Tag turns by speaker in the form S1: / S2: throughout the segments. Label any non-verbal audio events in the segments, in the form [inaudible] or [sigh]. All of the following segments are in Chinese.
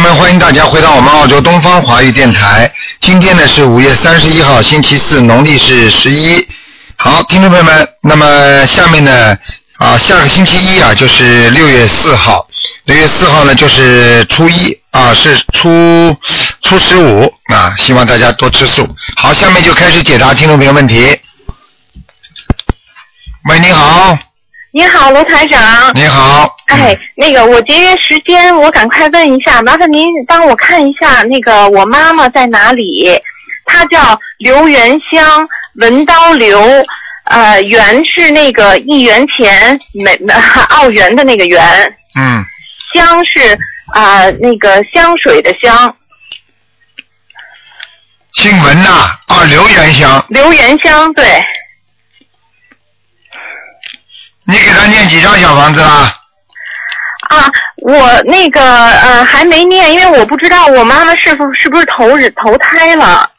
S1: 们，欢迎大家回到我们澳洲东方华语电台。今天呢是五月三十一号，星期四，农历是十一。好，听众朋友们，那么下面呢，啊，下个星期一啊，就是六月四号，六月四号呢就是初一啊，是初初十五啊，希望大家多吃素。好，下面就开始解答听众朋友问题。喂，你好，
S2: 您好，卢台长。
S1: 你好，
S2: 哎，那个我节约时间，我赶快问一下，麻烦您帮我看一下那个我妈妈在哪里？她叫刘元香，文刀刘，呃，元是那个一元钱美澳元的那个元，
S1: 嗯，
S2: 香是啊、呃那个香水的香，
S1: 姓文呐、啊，刘元香，
S2: 刘元香对，
S1: 你给他念几张小房子啦？
S2: 啊，我那个呃还没念，因为我不知道我妈妈是不是不是投人投胎了。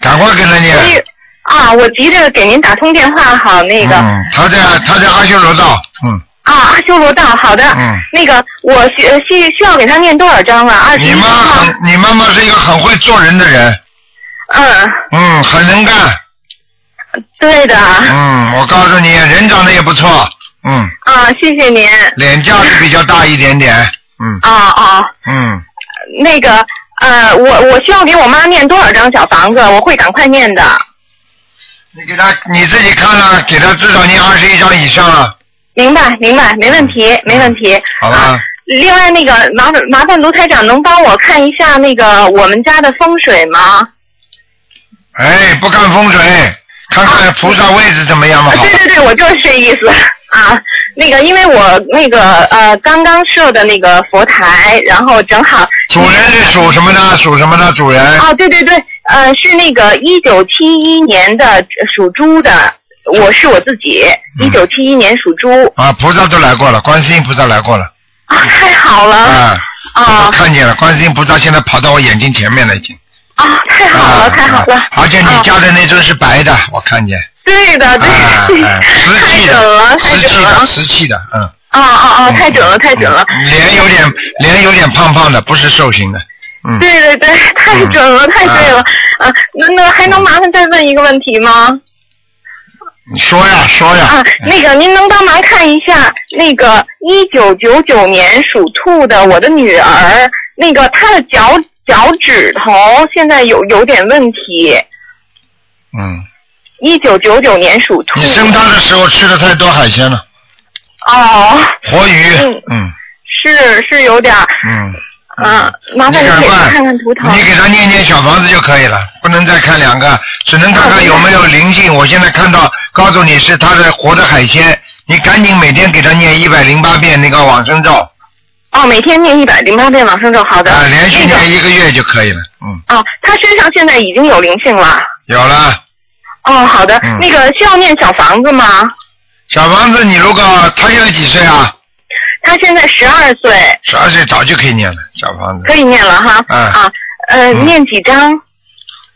S1: 赶快给他
S2: 所
S1: 念。
S2: 以啊，我急着给您打通电话，好那个、
S1: 嗯，他在他在阿修罗道，嗯
S2: 啊，阿修罗道，好的，
S1: 嗯。
S2: 那个我需呃需需要给他念多少章了？啊二十
S1: 你
S2: 一
S1: 妈
S2: 章。
S1: 很，你妈妈是一个很会做人的人，
S2: 嗯，
S1: 嗯，很能干，
S2: 对的，
S1: 嗯，我告诉你，人长得也不错，嗯，
S2: 啊，谢谢您，
S1: 脸架子比较大一点点，嗯
S2: 啊啊，
S1: 嗯，
S2: 那个呃，我我需要给我妈念多少张小房子？我会赶快念的。
S1: 你给他你自己看了，给他至少念二十一张以上了，
S2: 明白，明白，没问题，没问题。
S1: 嗯好吧
S2: 啊？另外，那个麻烦麻烦卢台长能帮我看一下那个我们家的风水吗？
S1: 哎，不看风水，看看菩萨位置怎么样嘛，好
S2: 对
S1: 吧，
S2: 对对，我就是这意思 [laughs] 啊。那个，因为我那个呃刚刚设的那个佛台，然后正好
S1: 主人是属什么的？属什么的？主人
S2: 啊，对对对，呃，是那个一九七一年的呃属猪的，我是我自己，一
S1: 嗯
S2: 九七一年属猪
S1: 啊，菩萨都来过了，观世音菩萨来过了，
S2: 啊，太好了
S1: 啊，我
S2: 啊
S1: 看见了，观世音菩萨现在跑到我眼睛前面了，已经。
S2: 啊，太好
S1: 啊
S2: 了，太好了
S1: 啊，而且你
S2: 啊
S1: 家的那尊是白的，我看见。
S2: 对的对
S1: 啊，
S2: 的
S1: 哎，瓷
S2: [laughs] 太
S1: 器
S2: 准了，
S1: 的，
S2: 太
S1: 瓷
S2: 准
S1: 器
S2: 了
S1: 的，瓷器的，嗯。
S2: 啊啊啊，太准了，太准了。
S1: 嗯脸有点，脸有点胖胖的，不是瘦型的。嗯。
S2: 对对对，太准了，太对了啊！那那还能麻烦再问一个问题吗？
S1: 你说呀，说呀
S2: 啊。，那个您能帮忙看一下那个一九九九年属兔的我的女儿，那个她的脚脚趾头现在有有点问题。
S1: 嗯。
S2: 一九九九年属兔。
S1: 你生他的时候吃的太多海鲜了，
S2: 哦，
S1: 活鱼
S2: 嗯。
S1: 嗯
S2: 是是有点儿，
S1: 嗯。
S2: 嗯、麻烦
S1: 你赶
S2: 您给她
S1: 快
S2: 看看图腾。
S1: 你给他念念小房子就可以了，不能再看两个，只能看看有没有灵性。我现在看到，告诉你是他的活的海鲜，你赶紧每天给他念一百零八遍那个往生咒，啊、
S2: 哦，每天念一百零八遍往生咒，好的。
S1: 连续
S2: 那个
S1: 念一个月就可以了。嗯，
S2: 哦，她身上现在已经有灵性了。
S1: 有了。
S2: 哦，好的，
S1: 嗯
S2: 那个需要念小房子吗？
S1: 小房子，你如果他现在几岁啊？
S2: 她现在十二岁，
S1: 十二岁早就可以念了，小房子
S2: 可。以念了哈。
S1: 嗯
S2: 啊，呃，
S1: 嗯
S2: 念几张？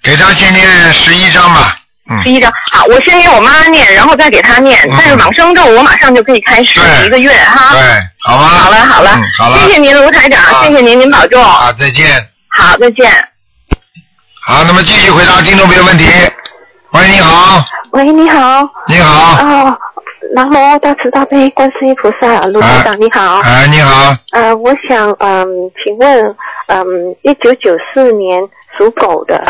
S1: 给他先念十一章吧。
S2: 十
S1: 嗯，
S2: 一张。好，我先给我妈念，然后再给她念。
S1: 嗯
S2: 但是往生咒我马上就可以开始
S1: 对
S2: 一个月哈。
S1: 对，好吧。
S2: 好了好了
S1: 嗯，好了。
S2: 谢谢您卢台长，
S1: 啊
S2: 谢谢您，您保重。
S1: 啊，再见。
S2: 好，再见。
S1: 好，那么继续回答听众朋友问题。喂，你好，
S3: 喂，你好。
S1: 你好，
S3: 哦，南无大慈大悲观世音菩萨，卢台长你
S2: 嗯
S3: 好。
S1: 哎，你好，
S3: 呃，我想嗯，请问嗯，一九九四年属狗的，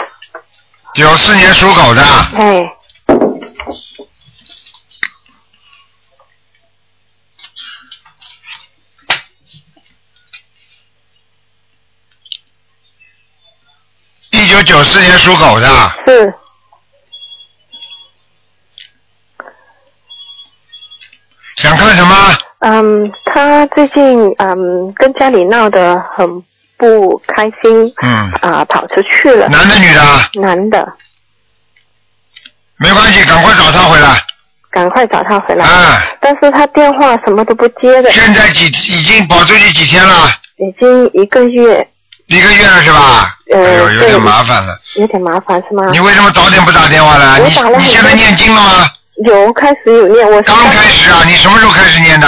S1: 九四年属狗的，
S3: 哎，
S1: 一九九四年属狗的，
S3: 是
S1: 想看什么？
S3: 嗯，他最近嗯跟家里闹得很不开心
S1: 嗯，
S3: 啊、跑出去了，
S1: 男的女的，
S3: 男的，
S1: 没关系，赶快找他回来。
S3: 赶快找他回来。
S1: 啊，
S3: 但是他电话什么都不接的，
S1: 现在几已经跑出去几天了？
S3: 已经一个月，
S1: 一个月了是吧？哎
S3: 呃
S1: 呦，有点
S3: 对
S1: 麻烦了。
S3: 有点麻烦是吗？
S1: 你为什么早点不打电话来？
S3: 我
S1: 你
S3: 打了
S1: 你
S3: 很
S1: 现在
S3: 多
S1: 念经了吗？
S3: 有开始有念，我是
S1: 刚开始啊，你什么时候开始念的？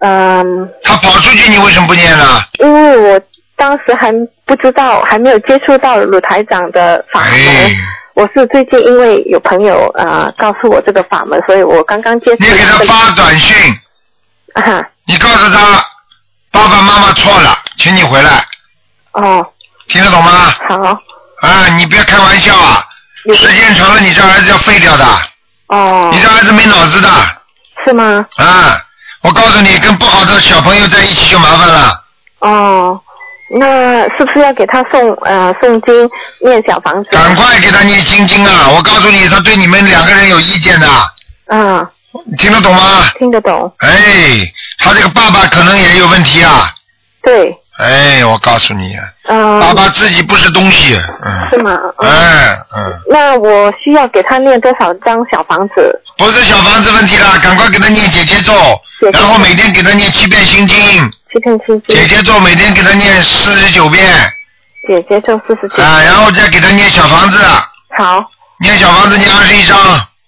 S3: 嗯。
S1: 他跑出去，你为什么不念呢？
S3: 因为我
S2: 当时还不知道，还没有接触到鲁台长的法门。
S1: 哎，
S2: 我是最近因为有朋友啊、呃告诉我这个法门，所以我刚刚接触
S1: 你给他
S2: 这个
S1: 发短信，
S2: 啊
S1: 你告诉他爸爸妈妈错了，请你回来，
S2: 哦
S1: 听得懂吗？
S2: 好
S1: 啊，你别开玩笑啊！
S2: 有
S1: 时间长了，你这儿子要废掉的，
S2: 哦
S1: 你这儿子没脑子的
S2: 是吗？
S1: 啊！我告诉你，跟不好的小朋友在一起就麻烦了。
S2: 哦，那是不是要给他送呃诵经念小房子？
S1: 赶快给他念心经啊！我告诉你，他对你们两个人有意见的，
S2: 嗯，
S1: 你听得懂吗？
S2: 听得懂。
S1: 哎，他这个爸爸可能也有问题啊！
S2: 对，
S1: 哎，我告诉你，
S2: 嗯、
S1: 爸爸自己不是东西，
S2: 是
S1: 嗯，
S2: 吗？嗯、
S1: 哎，嗯，
S2: 那我需要给他念多少张小房子？
S1: 不是小房子问题了，赶快给他念姐姐咒
S2: 姐姐，咒
S1: 然后每天给他念七遍心经，
S2: 七片心经，
S1: 姐姐咒每天给他念四十九遍
S2: 姐姐就四十九，
S1: 啊，然后再给他念小房子，
S2: 好，
S1: 念小房子念二十一章，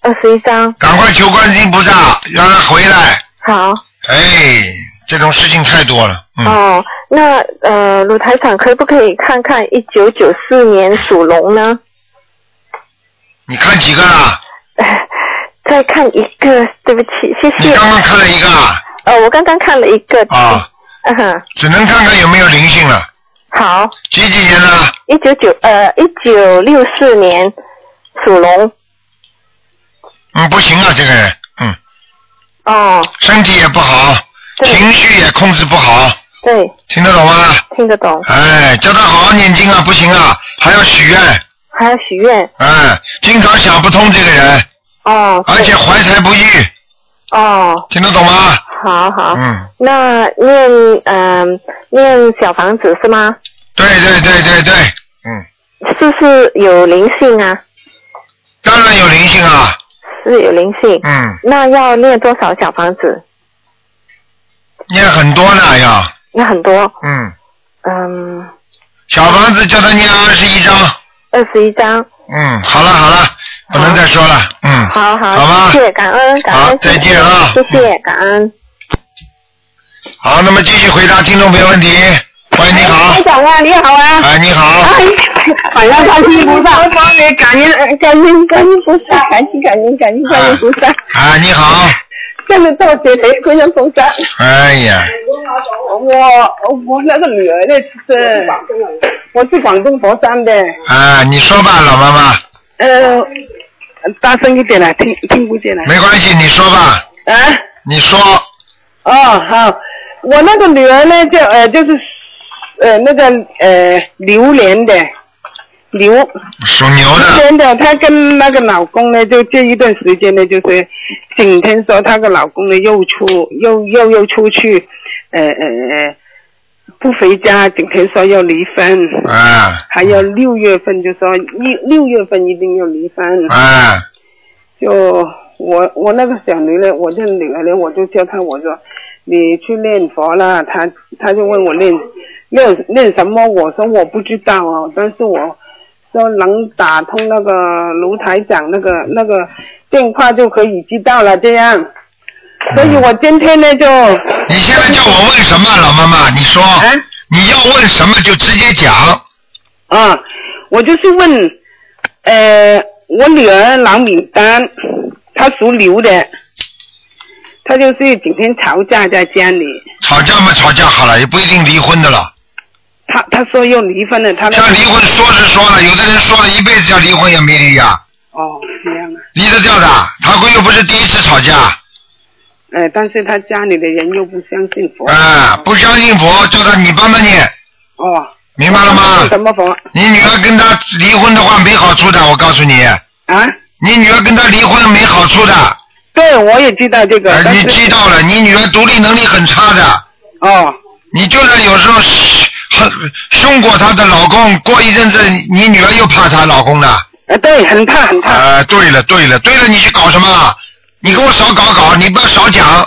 S2: 二十一张，
S1: 赶快求观世音菩萨让他回来。
S2: 好。
S1: 哎，这种事情太多了，嗯，
S2: 哦，那呃，鲁台长可不可以看看一九九四年属龙呢？
S1: 你看几个啊了？
S2: 再看一个，对不起，谢
S1: 你
S2: 谢。
S1: 刚刚看了一个啊，
S2: 呃，我刚刚看了一个。
S1: 啊，
S2: 嗯哼，
S1: 只能看看有没有灵性了。
S2: 好，
S1: 几几年的？
S2: 一九九呃一九六四年属龙。
S1: 嗯，不行啊，这个人，嗯，
S2: 哦，
S1: 身体也不好，
S2: 对
S1: 情绪也控制不好，
S2: 对，
S1: 听得懂吗？
S2: 听得懂，
S1: 哎，叫他好好念经啊，不行啊，还要许愿，
S2: 还要许愿。
S1: 哎，经常想不通这个人，
S2: 哦，对
S1: 而且怀才不遇，
S2: 哦，
S1: 听得懂吗？
S2: 好好。
S1: 嗯，
S2: 那念嗯、念小房子是吗？
S1: 对对对对对，嗯，
S2: 是不是有灵性啊？
S1: 当然有灵性啊，
S2: 是有灵性。
S1: 嗯，
S2: 那要念多少小房子？
S1: 念很多呢要，
S2: 那很多，
S1: 嗯，
S2: 嗯，
S1: 小房子叫他念二十一章，
S2: 二十一张。
S1: 嗯，好了好了，不能再说了，嗯，
S2: 好好，
S1: 好吧
S2: 谢谢，感恩，感
S1: 好
S2: 恩，
S1: 再见啊
S2: 谢谢，感恩。
S1: 好，那么继续回答听众朋友问题。喂，你好
S2: 哎
S1: 哎
S4: 台，长啊，你好啊！
S1: 哎，你好，
S4: 晚上上去菩萨，帮你感恩呃感恩感恩菩萨，感恩感恩感恩感恩菩萨，
S1: 哎，你好，
S4: 真的多谢你观音菩萨。
S1: 哎呀，
S4: 我我那个女儿呢，就是我是广东佛山的，
S1: 啊，你说吧，老妈妈，
S4: 呃，大声一点啊，听听不见了
S1: 没关系，你说吧，
S4: 啊。
S1: 你说，
S4: 哦，好，我那个女儿呢，就呃就是呃那个呃榴莲的榴
S1: 属牛的，
S4: 真的，她跟那个老公呢，就这一段时间呢，就是整天说她的老公呢又出又又又出去，呃呃呃，不回家，整天说要离婚，
S1: 啊，
S4: 还有六月份就说六六月份一定要离婚，
S1: 啊，
S4: 就我我那个小女呢，我这女儿呢，我就叫她我说你去念佛啦，她她就问我念念念什么，我说我不知道啊，但是我说能打通那个卢台长那个那个电话就可以知道了这样，所以我今天呢就
S1: 你现在叫我问什么，老妈妈，你说，
S4: 啊
S1: 你要问什么就直接讲，
S4: 啊，我就是问，呃，我女儿郎敏丹，她属牛的，她就是整天吵架在家里。
S1: 吵架嘛吵架好了，也不一定离婚的了。
S4: 他他说要离婚了，啊他那
S1: 像离婚说是说了，有的人说了一辈子要离婚也没离呀，
S4: 哦这样啊，
S1: 离得掉的，他又不是第一次吵架，
S4: 呃，但是他家里的人又不相信佛，
S1: 啊，不相信佛，叫他你帮他念，
S4: 哦，
S1: 明白了吗？
S4: 什么佛
S1: 你女儿跟他离婚的话没好处的，我告诉你，
S4: 啊？
S1: 你女儿跟他离婚没好处的，
S4: 对，我也知道这个，
S1: 呃
S4: 但
S1: 你
S4: 是
S1: 知道了，你女儿独立能力很差的，
S4: 哦
S1: 你就算有时候凶很凶过她的老公，过一阵子你女儿又怕她老公了。
S4: 呃，对，很怕很怕，
S1: 啊，对了对了对了，你去搞什么？你给我少搞搞，你不要少讲，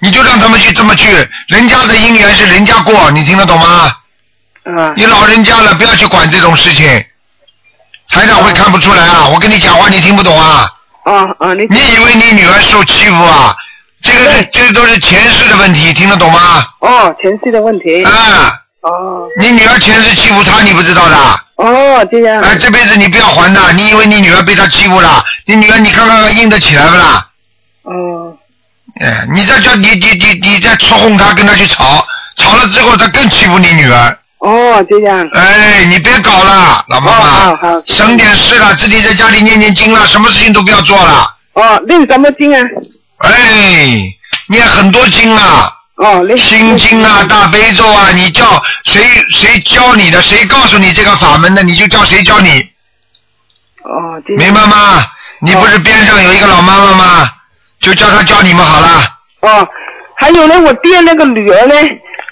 S1: 你就让他们去这么去，人家的姻缘是人家过，你听得懂吗？
S4: 啊
S1: 你老人家了，不要去管这种事情，台长会看不出来啊！我跟你讲话你听不懂啊！
S4: 哦哦，你
S1: 你以为你女儿受欺负啊？这个是这都是前世的问题，听得懂吗？
S4: 哦前世的问题，
S1: 啊，
S4: 哦
S1: 你女儿前世欺负他，你不知道的？
S4: 哦，这样。
S1: 哎，这辈子你不要还的，你以为你女儿被他欺负了？你女儿你看看硬得起来不啦？
S4: 哦
S1: 哎，你再叫你你你你再戳哄他，跟他去吵，吵了之后他更欺负你女儿。
S4: 哦，这样。
S1: 哎，你别搞了，老妈
S4: 好好
S1: 妈
S4: 好，
S1: 省点事了，自己在家里念念经了，什么事情都不要做了。
S4: 哦，念什么经啊？
S1: 哎，念很多经啊，
S4: 哦，念
S1: 心经啊，大悲咒啊，你叫谁谁教你的，谁告诉你这个法门的，你就叫谁教你，
S4: 哦，这样。
S1: 明白吗？你不是边上有一个老妈妈吗？就叫她教你们好了。
S4: 哦，还有呢，我爹那个女儿呢，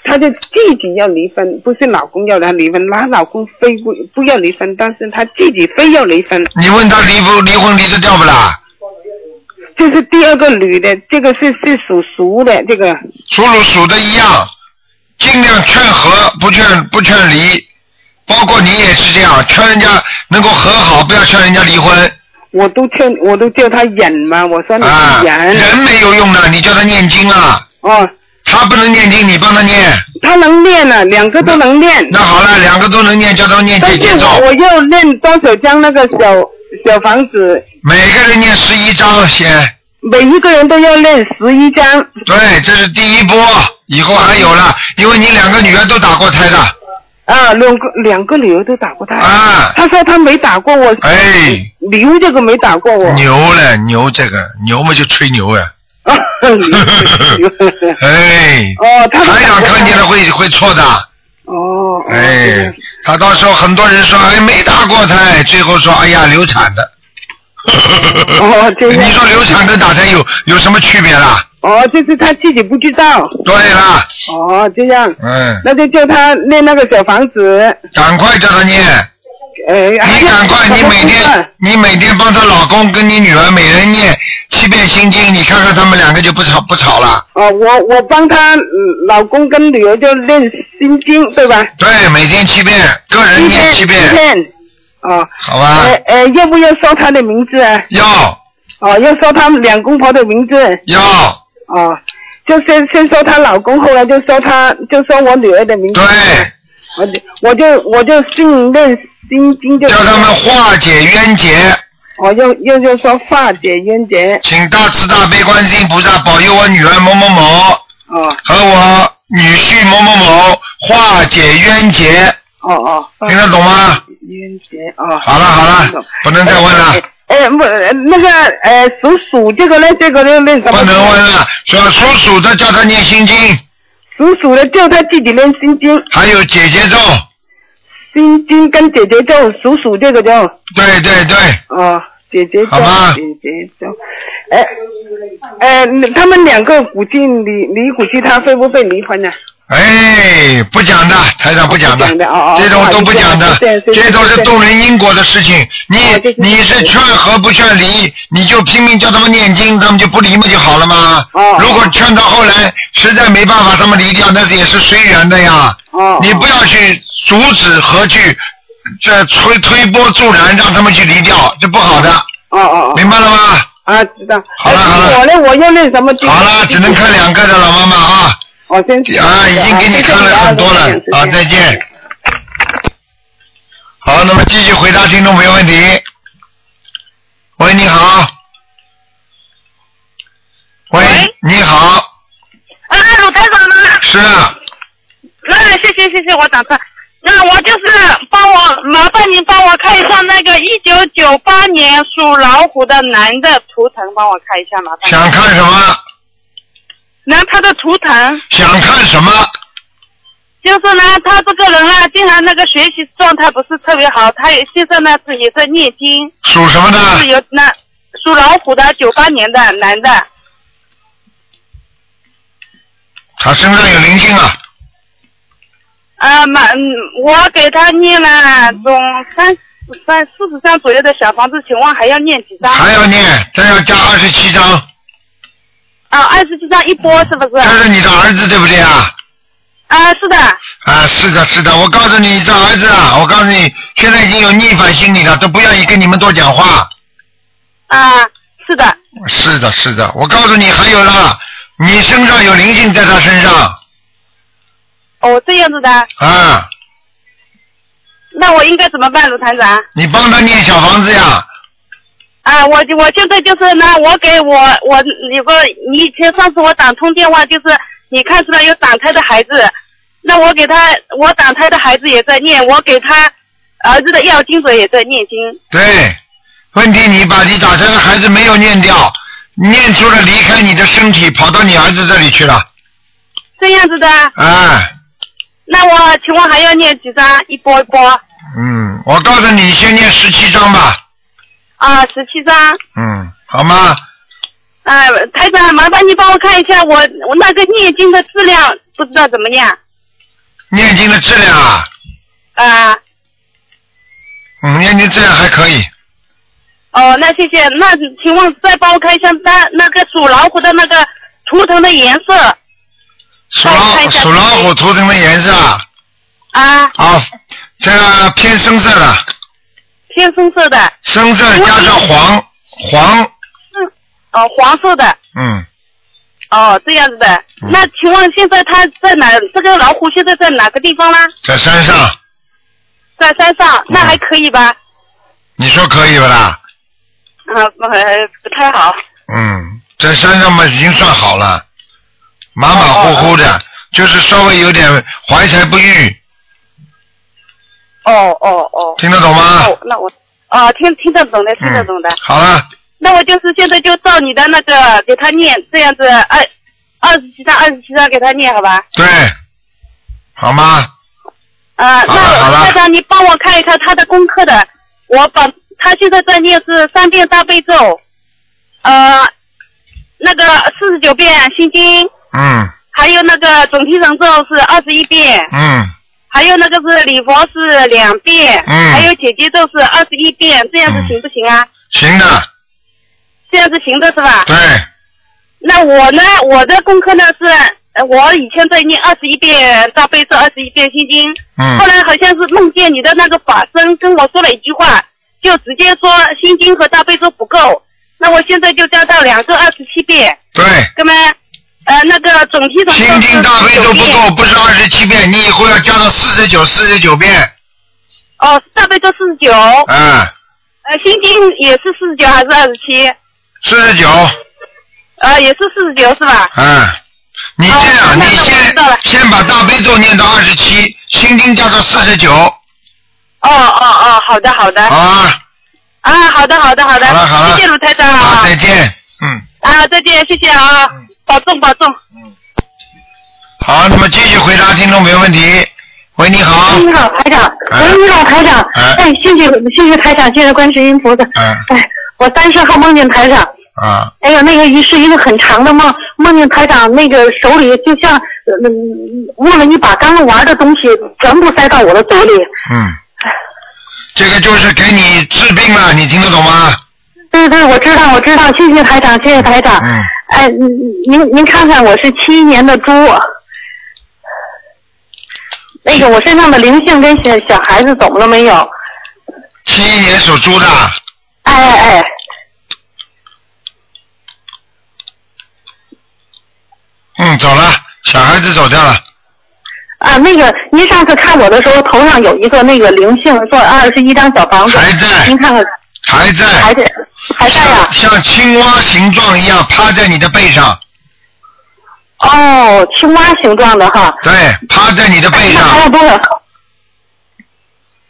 S4: 她就自己要离婚，不是老公要她离婚，她老公非不不要离婚，但是她自己非要离婚，
S1: 你问她离不离婚离得掉不啦？
S4: 这是第二个女的，这个是是属鼠的，这个
S1: 属鼠属的一样，尽量劝和，不劝不劝离。包括你也是这样，劝人家能够和好，不要劝人家离婚
S4: 我都劝，我都叫她忍嘛，我说你
S1: 啊。
S4: 忍，
S1: 人没有用的，你叫他念经啊，
S4: 哦，
S1: 他不能念经，你帮他念。
S4: 她能练啊，两个都能练，
S1: 那好了，两个都能念，叫他们念
S4: 但
S1: 姐姐
S4: 是
S1: 咒，
S4: 我我要练多少张那个小小房子，
S1: 每个人念十一章先。
S4: 每一个人都要练十一张，
S1: 对，这是第一波，以后还有了，因为你两个女儿都打过胎的
S4: 啊，两个两个女儿都打过她。
S1: 啊，
S4: 他说他没打过我，
S1: 哎，
S4: 刘这个没打过我。
S1: 牛了，牛这个牛嘛就吹牛呀、 [laughs]
S4: 啊牛
S1: 哎，
S4: [laughs] 哦，他
S1: 台长看见
S4: 了。
S1: 了会会错的，
S4: 哦，哦
S1: 哎，，他到时候很多人说哎没打过胎，最后说哎呀流产的。
S4: 哦这样
S1: 你说流产跟打胎有有什么区别啦？
S4: 哦，就是他自己不知道。
S1: 对啦，
S4: 哦，这样，
S1: 嗯，
S4: 那就叫他练那个小房子，
S1: 赶快叫他念。
S4: 哎，
S1: 你赶快，你 [laughs] 每天你每天帮她老公跟你女儿每人念七遍心经，你看看他们两个就不吵不吵了。
S4: 哦，我我帮他嗯老公跟女儿就练心经，对吧？
S1: 对，每天七遍，个人
S4: 一
S1: 念
S4: 天
S1: 哎七
S4: 一
S1: 遍，啊哎
S4: 天。哦，
S1: 好吧
S4: 呃？呃，要不要说他的名字啊？
S1: 要
S4: 哦，要说他们两公婆的名字。
S1: 要，
S4: 哦，就先先说她老公，后来就说她，就说我女儿的名字。
S1: 对，
S4: 我就我就我就信念心经就。
S1: 叫他们。化解冤结，
S4: 我又又就说化解冤结。
S1: 请大慈大悲观世音菩萨保佑我女儿某某某
S4: 哦
S1: 和我女婿某某某化解冤结，
S4: 哦哦。化
S1: 听得懂吗？
S4: 冤结哦。
S1: 好了好了，不能再问了
S4: 哎。。哎，不，呃那个，呃，属鼠这个呢，这个呢，那什么？
S1: 不能问。了，说属鼠的叫他念心经，
S4: 属鼠的就他自己念心经，
S1: 还有姐姐咒，
S4: 心经跟姐姐咒，属鼠这个就，
S1: 对对对，
S4: 哦，姐姐咒
S1: 好吧，
S4: 姐姐咒，哎，呃，他们两个估计离离估计他会不会离婚呢、
S1: 哎，不讲的，台长不讲的，
S4: 不讲的哦哦
S1: 这种都不讲的
S4: 哦对对，对
S1: 这都是动人因果的事情。你
S4: 哦对对对
S1: 你是劝和不劝离，你就拼命叫他们念经，他们就不离嘛就好了嘛
S4: 哦。
S1: 如果劝到后来实在没办法，他们离掉，那是也是随缘的呀。
S4: 哦，
S1: 你不要去阻止和去这推推波助澜，让他们去离掉，这不好的，
S4: 哦哦哦，
S1: 明白了吗？
S4: 啊，知道。
S1: 好了
S4: 哎
S1: 好了
S4: 我呢，我要练什么经？
S1: 好了，只能看两个的了，妈妈啊
S4: 我先去
S1: 啊，已经给你看了很多了啊，再。
S4: 谢谢
S1: 见。好，那么继续回答听众朋友问题。喂，你好。喂
S5: 喂，
S1: 你好，
S5: 啊，鲁台长吗？
S1: 是啊，
S5: 那谢谢谢谢，我打断。那我就是帮我麻烦您帮我看一下那个一九九八年属老虎的男的图腾，帮我看一下麻烦您。
S1: 想看什么？
S5: 那他的图腾
S1: 想看什么？
S5: 就是呢，他这个人啊，经常那个学习状态不是特别好，他也现在呢是也在念经，
S1: 属什么
S5: 是
S1: 的？
S5: 有那属老虎的九八年的男的，
S1: 他身上有灵性啊，
S5: 啊，满嗯我给他念了总三三四十张左右的小房子，请问还要念几张？
S1: 还要念，再要加二十七章。
S5: 啊，二十七张一波是不是？
S1: 这是你的儿子对不对啊？
S5: 啊，是的。
S1: 啊，是的，是的，我告诉你，这儿子啊，我告诉你，现在已经有逆反心理了，都不愿意跟你们多讲话。
S5: 啊，是的，
S1: 是的，是的，我告诉你，还有啦，你身上有灵性在他身上，
S6: 哦，这样子的，
S1: 啊，
S6: 那我应该怎么办，卢团长？
S1: 你帮他念小房子呀，
S6: 啊，我就我现在就是呢，我给我我有个，你以前上次我打通电话，就是你看出来有打胎的孩子，那我给他，我打胎的孩子也在念，我给他儿子的要经者也在念经。
S1: 对，问题你把你打胎的孩子没有念掉，念出了离开你的身体，跑到你儿子这里去了，
S6: 这样子的，
S1: 啊，
S6: 那我请问还要念几张？一波一波
S1: 嗯，我告诉你，先念十七章吧，
S6: 啊，十七张。
S1: 嗯，好吗？
S6: 啊，台长，麻烦你帮我看一下我我那个念经的质量，不知道怎么样
S1: 念经的质量啊，
S6: 啊。
S1: 嗯，念经质量还可以，
S6: 哦，那谢谢。那请问再帮我看一下那那个属老虎的那个图腾的颜色
S1: 属老属老虎图腾的颜色啊，
S6: 啊，
S1: 啊，这个偏深色的，
S6: 偏深色的，
S1: 深色加上黄黄，
S6: 嗯，哦，黄色的，
S1: 嗯，
S6: 哦，这样子的。
S1: 嗯
S6: 那请问现在它在哪？这个老虎现在在哪个地方啦？
S1: 在山
S6: 嗯
S1: 上，
S6: 在山上，
S1: 嗯
S6: 那还可以吧？
S1: 你说可以不啦？
S6: 啊，不，呃不太好。
S1: 嗯，在山上嘛已经算好了，马马虎虎的，就是稍微有点怀才不遇，
S6: 哦哦哦。
S1: 听得懂吗
S6: 那？我那我哦，听听得懂的，听得
S1: 嗯
S6: 懂的。，
S1: 好了，
S6: 那我就是现在就照你的那个给他念，这样子二二十七章二十七章给他念，好吧？
S1: 对，好吗？
S6: 啊、
S1: 好了好
S6: 那
S1: 了
S6: 台长，你帮我看一看他的功课的，我把他现在在念是三遍大悲咒，呃，那个四十九遍心经，
S1: 嗯
S6: 还有那个准提神咒是二十一遍，
S1: 嗯
S6: 还有那个是礼佛是两遍，
S1: 嗯
S6: 还有姐姐咒是二十一遍，这样子
S1: 嗯
S6: 行不行啊？
S1: 行的，
S6: 这样子行的是吧？
S1: 对，
S6: 那我呢，我的功课呢是，呃我以前在念二十一遍大悲咒，二十一遍心经，
S1: 嗯
S6: 后来好像是梦见你的那个法身跟我说了一句话，就直接说心经和大悲咒不够，那我现在就加到两个二十七遍，
S1: 对，
S6: 那么呃那个总体总
S1: 心经大悲咒不够，不是二十七遍，你以后要加到四十九、四十九遍，
S6: 哦，大悲咒四十九，呃
S1: 嗯，
S6: 心经也是四十九还是二十七？
S1: 四十九，
S6: 呃，也是四十九是吧？
S1: 嗯，你这
S6: 哦
S1: 样，
S6: 那
S1: 你
S6: 那我知道了
S1: 先先把大悲咒念到二十七，心经加到四十九，
S6: 哦哦哦，好的好的，
S1: 好啊，
S6: 啊好的好的好的，
S1: 好了好了
S6: 谢谢卢台长啊。
S1: 好，再见，嗯。
S6: 啊，再见，谢谢啊，保重保重。
S1: 好，那么继续回答听众朋友问题。喂，你好。
S2: 你好，台长。
S1: 哎
S2: 喂，你好，台长。
S1: 哎
S2: 哎，谢谢谢谢台长，谢谢观世音菩萨。
S1: 嗯
S2: 哎，我三十号梦见台长，
S1: 啊，
S2: 哎呀，那个一是一个很长的梦，梦见台长那个手里就像嗯握了一把刚玩的东西，全部塞到我的嘴里。
S1: 嗯，这个就是给你治病了，你听得懂吗？
S2: 对对，我知道，我知道，谢谢台长，谢谢台长。
S1: 嗯
S2: 哎，您您您看看，我是七一年的猪。啊那个我身上的灵性跟小小孩子走了没有？
S1: 七一年属猪的，
S2: 哎哎哎，
S1: 嗯，走了，小孩子走掉了，
S2: 啊，那个，您上次看我的时候，头上有一个那个灵性，说二十一张小房子，
S1: 还在
S2: 您看看
S1: 还在，
S2: 嗯还在还在啊呀、
S1: 像像青蛙形状一样趴在你的背上，
S2: 哦，青蛙形状的哈，
S1: 对，趴在你的背
S2: 那还
S1: 上，
S2: 有多少？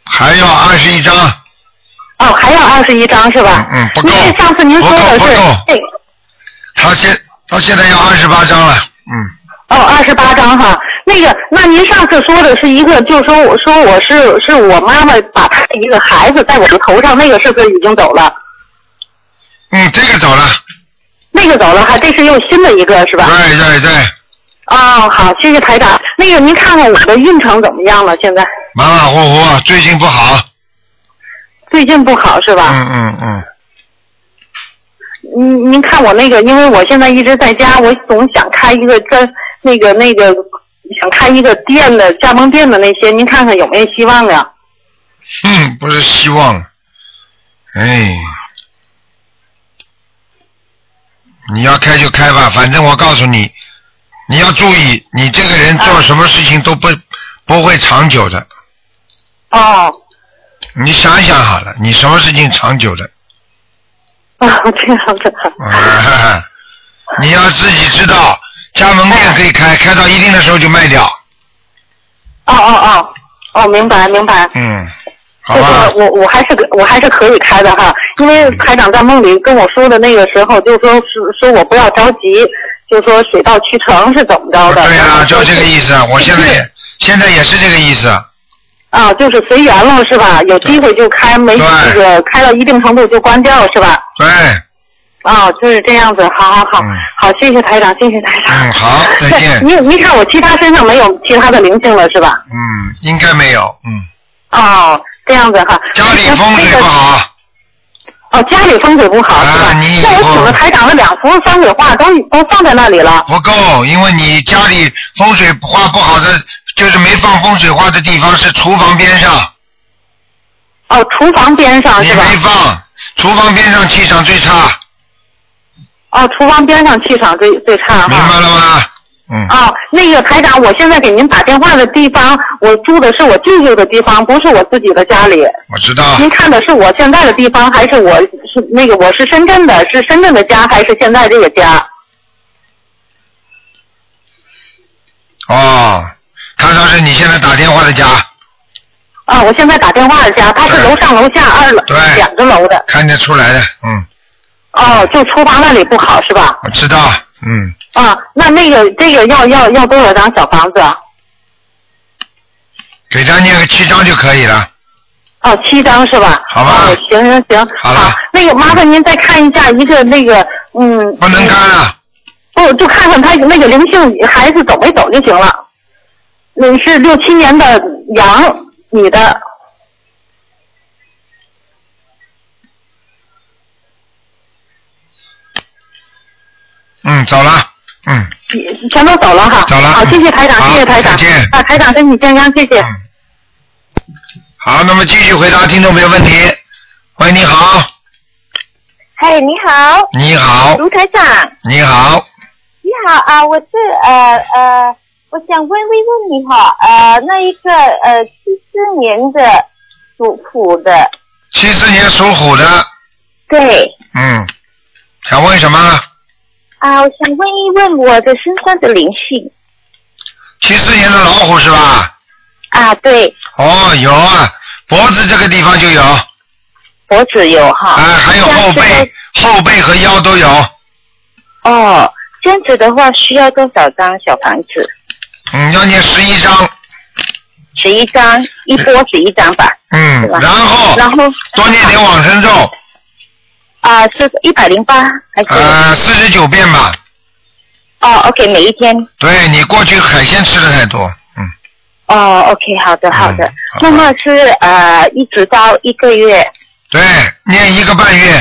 S1: 还要二十一张，
S2: 哦，还有二十一张是吧？
S1: 嗯嗯不够
S2: 因为上次您说的
S1: 不够
S2: 是
S1: 不
S2: 哎
S1: 他现他现在要二十八张了，嗯，
S2: 哦，二十八张哈。那个，那您上次说的是一个，就说我说我是是我妈妈把她的一个孩子在我的头上，那个是不是已经走了？
S1: 嗯，这个走了，
S2: 那个走了哈，这是又新的一个是吧？
S1: 对对对，
S2: 哦，好，谢谢台长。那个您看看我的运程怎么样了？现在
S1: 马马虎虎啊，最近不好，
S2: 最近不好是吧？
S1: 嗯嗯嗯，
S2: 您您看我那个，因为我现在一直在家，我总想开一个专那个那个想开一个店的加盟店的那些，您看看有没有希望呀？
S1: 嗯，不是希望，哎，你要开就开吧，反正我告诉你，你要注意，你这个人做什么事情都不、不会长久的。
S2: 哦，
S1: 你想一想好了，你什么事情长久的？
S2: 啊， [laughs] 这样的，
S1: 啊， [laughs] 你要自己知道，加盟店可以开，开到一定的时候就卖掉。
S2: 哦哦哦，哦，明白明白。
S1: 嗯，好
S2: 就
S1: 吧嗯
S2: 是。我我还是我还是可以开的哈，因为台长在梦里跟我说的那个时候，就说是说我不要着急，就说水到渠成是怎么着的？
S1: 对呀、
S2: 啊，
S1: 就这个意思。我现在也现在也是这个意思。
S2: 啊，就是随缘了是吧？有机会就开，没
S1: 对
S2: 那个开到一定程度就关掉是吧？
S1: 对，
S2: 啊，就是这样子，好好好，
S1: 嗯
S2: 好，谢谢台长，谢谢台长。
S1: 嗯，好，再见
S2: 对。 [laughs] 你你看我其他身上没有其他的灵性了是吧？
S1: 嗯，应该没有。嗯，
S2: 哦，这样子哈。
S1: 家里风水
S2: 那
S1: 不
S2: 个
S1: 好，
S2: 哦，家里风水不好、
S1: 啊
S2: 是吧？
S1: 你以
S2: 那
S1: 后
S2: 我请了台长的两幅山水画都都放在那里了。
S1: 不够，因为你家里风水画不好的，就是没放风水画的地方是厨房边上，
S2: 哦，厨房边上
S1: 你
S2: 是吧？啊
S1: 没放，厨房边上气场最差，
S2: 哦，厨房边上气场最最差哈。
S1: 明白了吗？嗯，
S2: 哦，那个台长，我现在给您打电话的地方，我住的是我舅舅的地方，不是我自己的家里。
S1: 我知道。
S2: 您看的是我现在的地方，还是我是那个我是深圳的，是深圳的家，还是现在这个家？
S1: 哦，看上是你现在打电话的家，
S2: 啊、我现在打电话的家，它是
S1: 对
S2: 楼上楼下二楼
S1: 对
S2: 两个楼的。
S1: 看得出来的，嗯，
S2: 哦，就厨房那里不好是吧？
S1: 我知道，嗯，
S2: 啊，那那个这个要要要多少张小房子啊？
S1: 给他念个七章就可以了。
S2: 哦，七张是吧？
S1: 好吧
S2: 哦，行行行，
S1: 好了
S2: 那个麻烦您再看一下一个那个嗯，
S1: 不能看了，
S2: 不哦就看看他那个灵性孩子走没走就行了。你是六七年的羊，女的。
S1: 嗯，走了，嗯，
S2: 全都走了哈，
S1: 走了嗯
S2: 好，谢谢台长，
S1: 好
S2: 谢谢台长，
S1: 再见
S2: 啊，台长身体健康，谢谢。
S1: 嗯。好，那么继续回答听众朋友问题。喂，你好，
S6: 嗨，你好，
S1: 你好，
S6: 卢台长，
S1: 你好，
S6: 你好啊、我是呃呃，我想问问问你哈，呃，那一个呃七四年的属虎的，
S1: 七四年属虎的，
S6: 对
S1: 嗯，想问什么？
S6: 啊、我想问一问我的身上的灵性
S1: 七四年的老虎是吧？
S6: 啊，对，
S1: 哦，有啊，脖子这个地方就有，哎、
S6: 脖子有哈，
S1: 还有后背，后背和腰都有。
S6: 哦，这样子的话需要多少张小房子？
S1: 嗯，要念十一章，
S6: 十一张，一波十一张吧，
S1: 嗯
S6: 是，吧
S1: 然后
S6: 然后
S1: 多念点往生咒，
S6: 啊、是一百零八还是？
S1: 呃，四十九遍吧。
S6: 哦，OK，每一天
S1: 对你过去海鲜吃的太多，嗯，
S6: 哦，OK，好的，好的。
S1: 嗯好吧
S6: 那么是呃，一直到一个月、
S1: 对，念一个半月，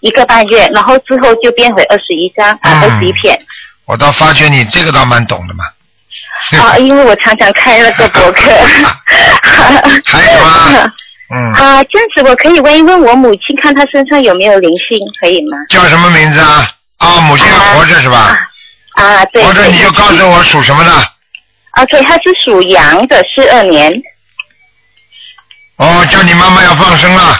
S6: 一个半月，然后之后就变回二十一张，
S1: 嗯
S6: 啊，二十一片。
S1: 我倒发觉你这个倒蛮懂的嘛。
S6: 啊，因为我常常看那个
S1: [laughs]
S6: 博客。
S1: 还有
S6: [laughs]
S1: 啊嗯，
S6: 啊，这样子我可以问一问我母亲，看她身上有没有灵性，可以吗？
S1: 叫什么名字啊？啊，母亲还活着是吧？
S6: 啊，对。
S1: 活着
S6: 对
S1: 你就告诉我属什么的。
S6: OK，她是属羊的，四二年，
S1: 哦，叫你妈妈要放生了，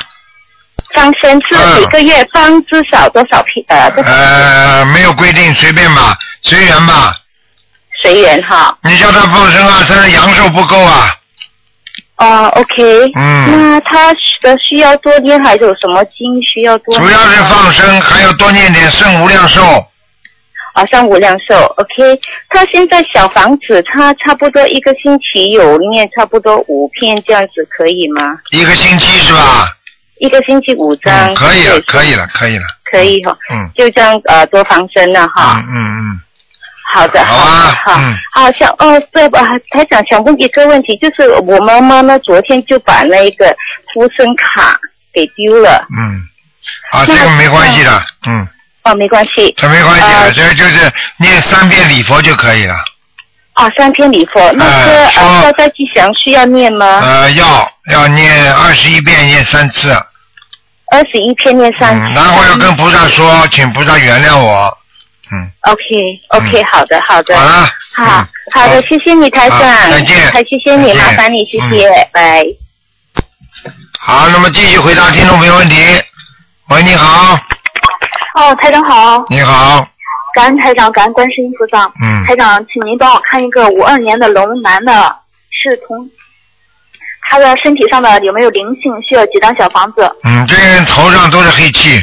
S6: 放生是
S1: 嗯
S6: 每个月放至少多少片？呃， [laughs] 多少
S1: 呃，没有规定，随便吧，随缘吧。
S6: 随缘哈。
S1: 你叫她放生啊，她的阳寿不够啊，
S6: 哦，OK。
S1: 嗯，
S6: 那她的需要多念，还是有什么经需要多念
S1: 主
S6: 吗？
S1: 要是放生，还要多念点圣无量寿。
S6: 啊，上无量寿，OK。他现在小房子，他差不多一个星期有念差不多五篇这样子，可以吗？
S1: 一个星期是吧？
S6: 一个星期五张，
S1: 嗯，可以了，
S6: 对
S1: 可以了，可以了。
S6: 可以哈、
S1: 嗯
S6: 就这样呃多防身了哈。
S1: 嗯嗯
S6: 好的，
S1: 好
S6: 好
S1: 啊
S6: 的好
S1: 嗯
S6: 好，想哦，对吧？台长想问一个问题，就是我妈妈呢，昨天就把那个呼声卡给丢了，
S1: 嗯嗯，啊，这个没关系的，嗯，
S6: 哦，没关系，
S1: 这没关系的，
S6: 呃
S1: 这就是念三遍礼佛就可以了。
S6: 啊，三篇礼佛，那
S1: 哎
S6: 个
S1: 说
S6: 呃消灾吉祥需要念吗？
S1: 呃，要要念二十一遍，念三次，
S6: 二十一篇念三
S1: 嗯嗯，然后要跟菩萨说，请菩萨原谅我，嗯，
S7: OK OK，
S1: 嗯
S7: 好的好的，
S1: 好了，
S7: 好
S1: 嗯
S7: 好的，谢谢你台长
S1: 好，再见
S7: 还谢谢你，
S1: 再见嗯
S7: 麻烦你，谢谢，拜。
S1: 好，那么继续回答听众朋友问题。喂，你好，
S8: 哦，台长好，
S1: 你好，
S8: 感恩台长，感恩观世音菩萨。
S1: 嗯，
S6: 哎
S8: 台长，请您帮我看一个五二年的龙男的，是同他的身体上的有没有灵性？需要几张小房子？
S1: 嗯，这个人头上都是黑气，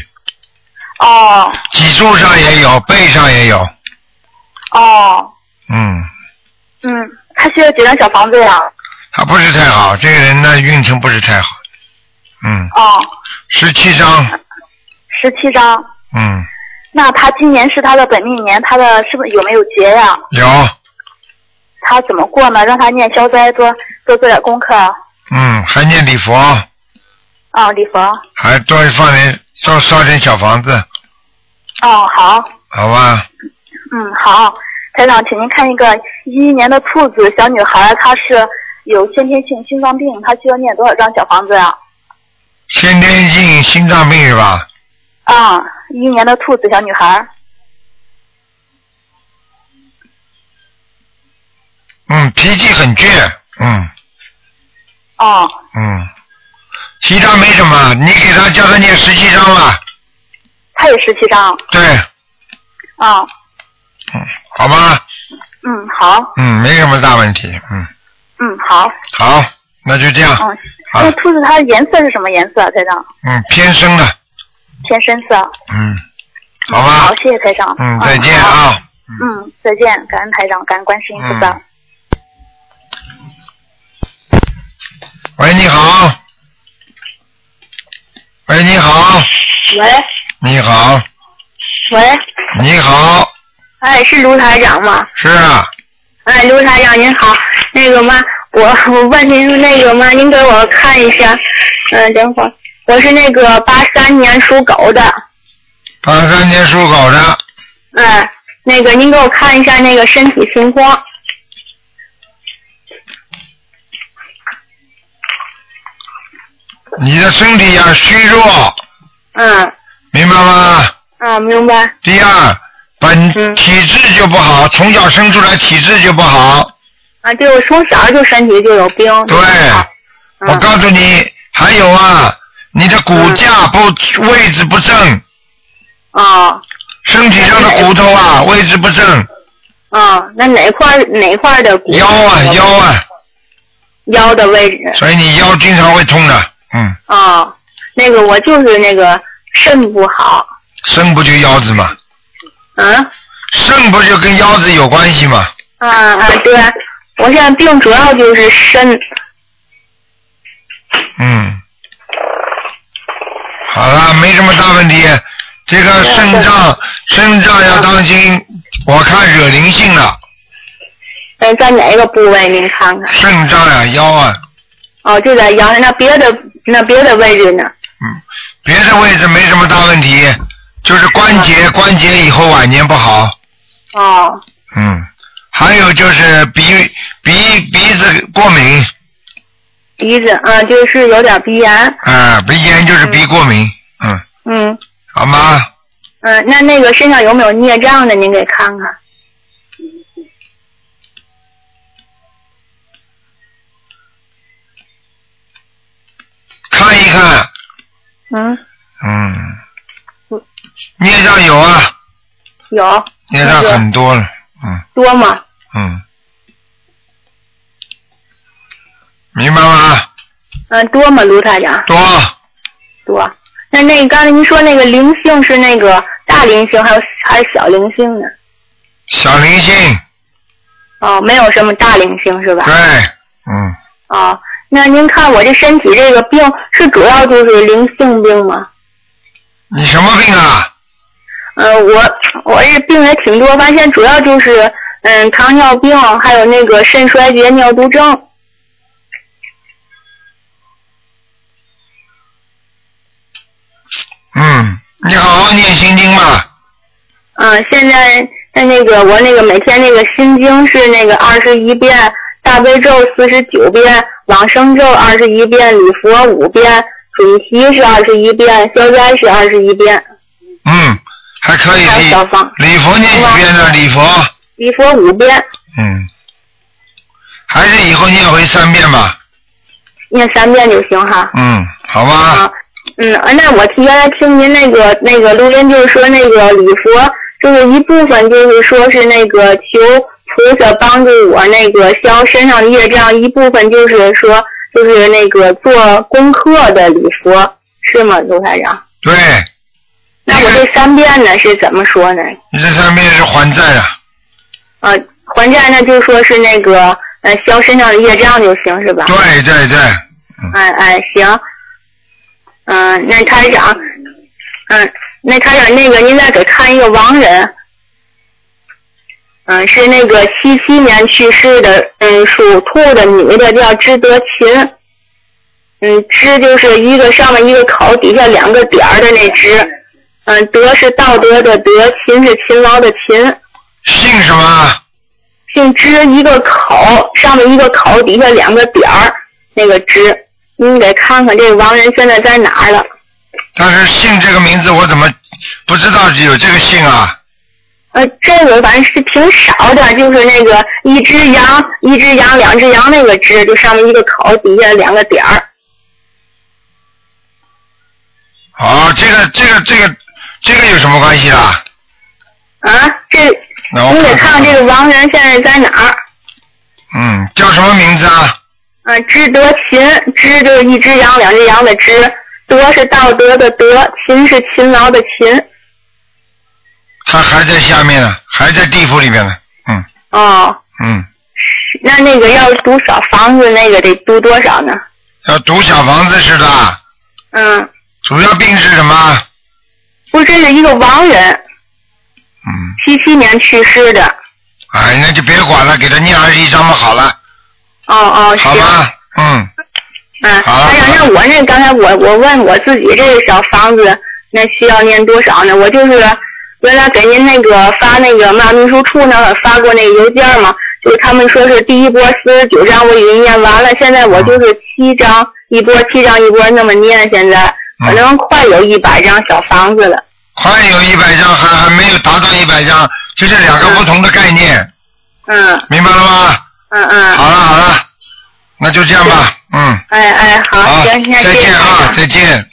S8: 哦
S1: 脊柱上也有，背上也有，
S8: 哦，
S1: 嗯，
S8: 嗯，他需要几张小房子呀？
S1: 他不是太好，这个人呢运程不是太好，嗯，
S8: 哦，
S1: 十七张，
S8: 十七张。
S1: 嗯，
S8: 那他今年是他的本命年，他的是不是有没有劫呀？
S1: 有，
S8: 他怎么过呢？让他念消灾，多多做点功课
S1: 嗯，还念礼佛，
S8: 啊，礼佛。
S1: 还多放点，多烧点小房子，
S8: 哦，好。
S1: 好吧？
S8: 嗯，好，台长，请您看一个一一年的兔子小女孩，她是有先天性心脏病，她需要念多少张小房子呀、
S1: 先天性心脏病是吧？
S8: 啊？一一年的兔子小女孩，
S1: 嗯，脾气很倔，嗯
S8: 哦，
S1: 嗯，其他没什么，你给他叫他念十七章吧，
S8: 她有十七张，
S1: 对，
S8: 啊，
S1: 嗯，好吧，
S8: 嗯，好，
S1: 嗯，没什么大问题，嗯，
S8: 嗯，好，
S1: 好，那就这样，
S8: 嗯，
S1: 啊好
S8: 那
S1: 了，
S8: 兔子它的颜色是什么颜色啊，台长？
S1: 嗯，偏生的，
S8: 偏深色。
S1: 嗯，
S8: 嗯
S1: 好吧
S8: 好，，谢谢台长。
S1: 嗯，再见
S8: 好
S1: 啊，
S8: 嗯，再见，感恩台长，感恩观世音菩萨。
S1: 嗯喂，你好，喂，你好，
S6: 喂
S1: 你好，
S6: 喂，
S1: 你好，
S6: 哎，是卢台长吗？
S1: 是啊，
S6: 哎，卢台长您好，那个嘛，我我问您那个嘛，您给我看一下，嗯、等会儿，我是那个八三年属狗的，
S1: 八三年属狗的，
S6: 嗯、那个您给我看一下那个身体情况，
S1: 你的身体呀虚弱，
S6: 嗯
S1: 明白吗？
S6: 嗯、明白，
S1: 第二，本
S6: 嗯
S1: 体质就不好，从小生出来体质就不好。
S6: 啊，对我从小就身体就有病，
S1: 对，我
S6: 嗯
S1: 告诉你，还有啊，你的骨架
S6: 嗯
S1: 不、位置不正，
S6: 啊
S1: 身体上的骨头
S6: 嗯
S1: 啊位置不正，
S6: 啊，那哪块儿哪块儿的骨
S1: 腰啊
S6: 嗯
S1: 腰啊，
S6: 腰的位置
S1: 所以你腰经常会痛的，嗯，
S6: 啊，那个我就是那个肾不好，
S1: 肾不就腰子嘛，
S6: 嗯、
S1: 肾不就跟腰子有关系嘛？
S6: 啊啊，对，我现在病主要就是肾。
S1: 嗯，好了，没什么大问题。这个肾脏肾脏要当心，我看惹灵性了。
S6: 嗯，在哪个部位？您看看。
S1: 肾脏呀、腰啊，
S6: 哦，就在腰，那别的那别的位置呢？
S1: 嗯，别的位置没什么大问题，就是关节，关节以后晚年不好，
S6: 哦
S1: 嗯，还有就是鼻鼻鼻子过敏，
S6: 鼻子啊，就是有点鼻炎。
S1: 啊、鼻炎就是鼻过敏，嗯，
S6: 嗯
S1: 好吗？
S6: 嗯，那那个身上有没有孽障的？您给看看。
S1: 看一看，
S6: 嗯，
S1: 嗯，孽障有啊，
S6: 有
S1: 孽障很多了，嗯
S6: 多吗？
S1: 嗯，明白吗？
S6: 嗯，多吗，卢台长？
S1: 多，
S6: 多。那那个刚才您说那个灵性是那个大灵性，还有还是小灵性呢？
S1: 小灵性，
S6: 哦，没有什么大灵性是吧？
S1: 对，嗯。
S6: 啊、那您看我这身体这个病是主要就是灵性病吗？
S1: 你什么病啊？
S6: 呃，我我这病也挺多，发现主要就是嗯糖尿病，还有那个肾衰竭、尿毒症。
S1: 嗯，你好好念心经吧。
S6: 嗯、现在那那个我那个每天那个心经是那个二十一遍，大悲咒四十九遍，往生咒二十一遍，礼佛五遍，准提是二十一遍，消灾是二十一遍。
S1: 嗯，还可以
S6: 还有
S1: 礼
S6: 小房
S1: 礼佛念几遍呢？礼佛，
S6: 礼佛五遍，
S1: 嗯，还是以后念回三遍吧。
S6: 念三遍就行哈。
S1: 嗯，好吧，
S6: 嗯，呃那我原来听您那个那个录音，就是说那个礼佛，就是一部分就是说是那个求菩萨帮助我那个消身上的业障，一部分就是说就是那个做功课的礼佛，是吗，卢台长？
S1: 对，
S6: 那我这三遍呢是怎么说呢？
S1: 你这三遍是还债的，
S6: 呃，还债呢就说是那个呃消身上的业障就行是吧？
S1: 对对对，
S6: 哎哎，行，嗯、那台长，嗯、那台长，那个您再给看一个亡人，嗯、是那个七七年去世的，嗯，属兔的女的，叫支德琴，嗯，支就是一个上面一个口，底下两个点儿的那支，嗯、德是道德的德，勤是勤劳的勤，
S1: 姓什么？
S6: 姓支，一个口，上面一个口，底下两个点儿，那个支。您得看看这亡人现在在哪儿了。
S1: 但是姓这个名字我怎么不知道有这个姓啊？
S6: 呃，这个反正是挺少的，就是那个一只羊，一只羊，两只羊那个支，就上面一个口，底下两个点儿。
S1: 哦，这个这个这个这个有什么关系啦？
S6: 啊，这
S1: 那我
S6: 您得看看这个亡人现在在哪儿。
S1: 嗯，叫什么名字啊？
S6: 啊，知德勤，知就是一只羊，两只羊的知，德是道德的德，勤是勤劳的勤。
S1: 他还在下面呢，还在地府里面呢。嗯
S6: 哦，
S1: 嗯，
S6: 那那个要是读小房子，那个得读多少呢？
S1: 要读小房子是的，
S6: 嗯，
S1: 主要病是什么？
S6: 不，这是一个亡人，
S1: 嗯，
S6: 七七年去世的。
S1: 哎，那就别管了，给他念二十一章嘛，好了，
S6: 哦
S1: 好
S6: 哦，行。
S1: 吧？嗯，
S6: 嗯，
S1: 好了
S6: 哎呀，
S1: 好
S6: 那我那刚才我我问我自己这个小房子那需要念多少呢？我就是原来给您那个发那个嘛秘书处那儿发过那个邮件嘛，就是他们说是第一波四十九章我已经念完了，现在我就是七章、一波七章一波那么念，现在可能快有一百张小房子了。
S1: 快有一百张，还还没有达到一百张，这是两个不同的概念，
S6: 嗯
S1: 明白了吗？
S6: 嗯嗯，
S1: 好了好了，那就这样吧，嗯，
S6: 哎哎好，
S1: 好，
S6: 行，那
S1: 再
S6: 谢谢
S1: 见啊，
S6: 台长
S1: 再见。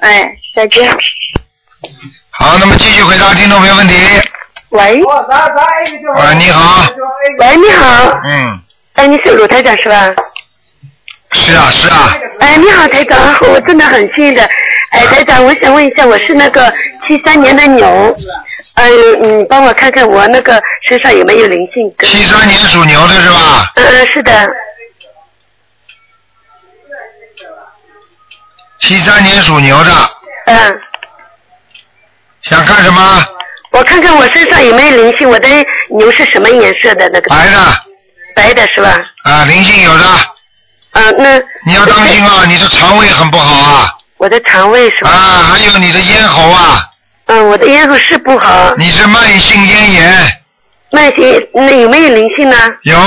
S6: 哎再见，
S1: 好，那么继续回答听众朋友问题。
S2: 喂，
S1: 啊，你好，
S2: 喂，哎你好，
S1: 嗯，
S2: 哎，你是鲁台长是吧？
S1: 是啊，是啊，
S2: 哎，你好，台长， [laughs] 我真的很幸运的。哎，台长，我想问一下，我是那个七三年的牛，哎，你帮我看看我那个身上有没有灵性？
S1: 七三年属牛的是吧？
S2: 嗯、嗯，是的，
S1: 七三年属牛的，
S2: 嗯，
S1: 想看什么？
S2: 我看看我身上有没有灵性，我的牛是什么颜色的？那个
S1: 白的
S2: 白的是吧？
S1: 啊，灵性有的，
S2: 嗯、那
S1: 你要当心
S2: [laughs]
S1: 啊，你的肠胃很不好啊，
S2: 我的肠胃是吧？
S1: 啊，还有你的咽喉啊，
S2: 嗯，我的咽喉是不好，
S1: 你是慢性咽炎，
S2: 慢性，那有没有灵性呢？
S1: 有，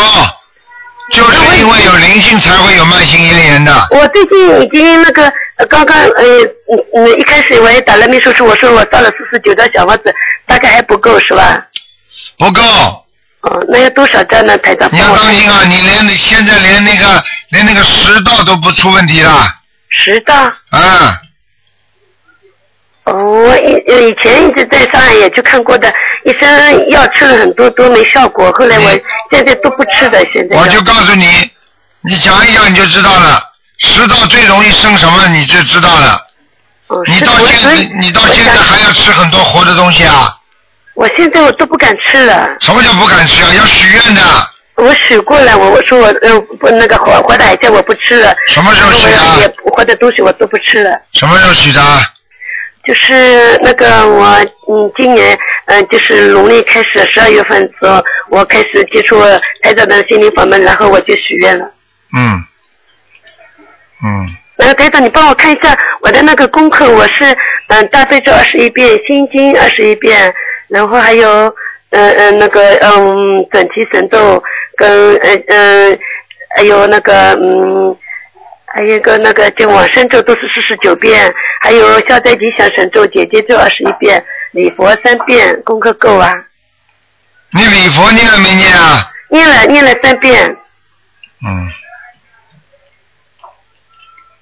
S1: 就是因为有灵性才会有慢性咽炎的，
S2: 我最近已经那个呃刚刚呃嗯嗯一开始我也打了秘书处，我说我到了四十九张小房子，大概还不够是吧？
S1: 不够，
S2: 哦，那要多少张呢，台长？
S1: 你要当心啊，你连现在连那个连那个食道都不出问题了，
S2: 十张。
S1: 啊，
S2: 哦，我以呃以前一直在上海也去看过的，医生药吃了很多都没效果，后来我
S1: 嗯
S2: 现在都不吃的，现在
S1: 我就告诉你，你讲一讲你就知道了。食道最容易生什么，你就知道了。
S2: 哦
S1: 你
S2: 是的
S1: 到
S2: 我
S1: 现
S2: 所
S1: 在
S2: 以，
S1: 你到
S2: 我
S1: 现在
S2: 想
S1: 还要吃很多活的东西啊？
S2: 我现在我都不敢吃了。
S1: 什么叫不敢吃啊？要许愿的。
S2: 我许过了，我我说我呃不那个活活的海鲜我不吃了，
S1: 什么时候许
S2: 我也
S1: 的？
S2: 活的东西我都不吃了。
S1: 什么时候许的？
S2: 就是那个我，嗯，今年，嗯、就是农历开始十二月份之后，我开始接触台长的心灵法门，然后我就许愿了。
S1: 嗯，嗯，
S2: 然后台长，你帮我看一下我的那个功课，我是嗯、大悲咒二十一遍，心经二十一遍，然后还有嗯嗯、呃那个嗯准提神咒跟嗯嗯、呃还有那个嗯还有一个那个就往生咒都是四十九遍，还有消灾吉祥神咒姐姐咒二十一遍，
S9: 礼佛三遍，功课够啊？
S1: 你礼佛念了没念啊？
S9: 念了念了三遍，
S1: 嗯，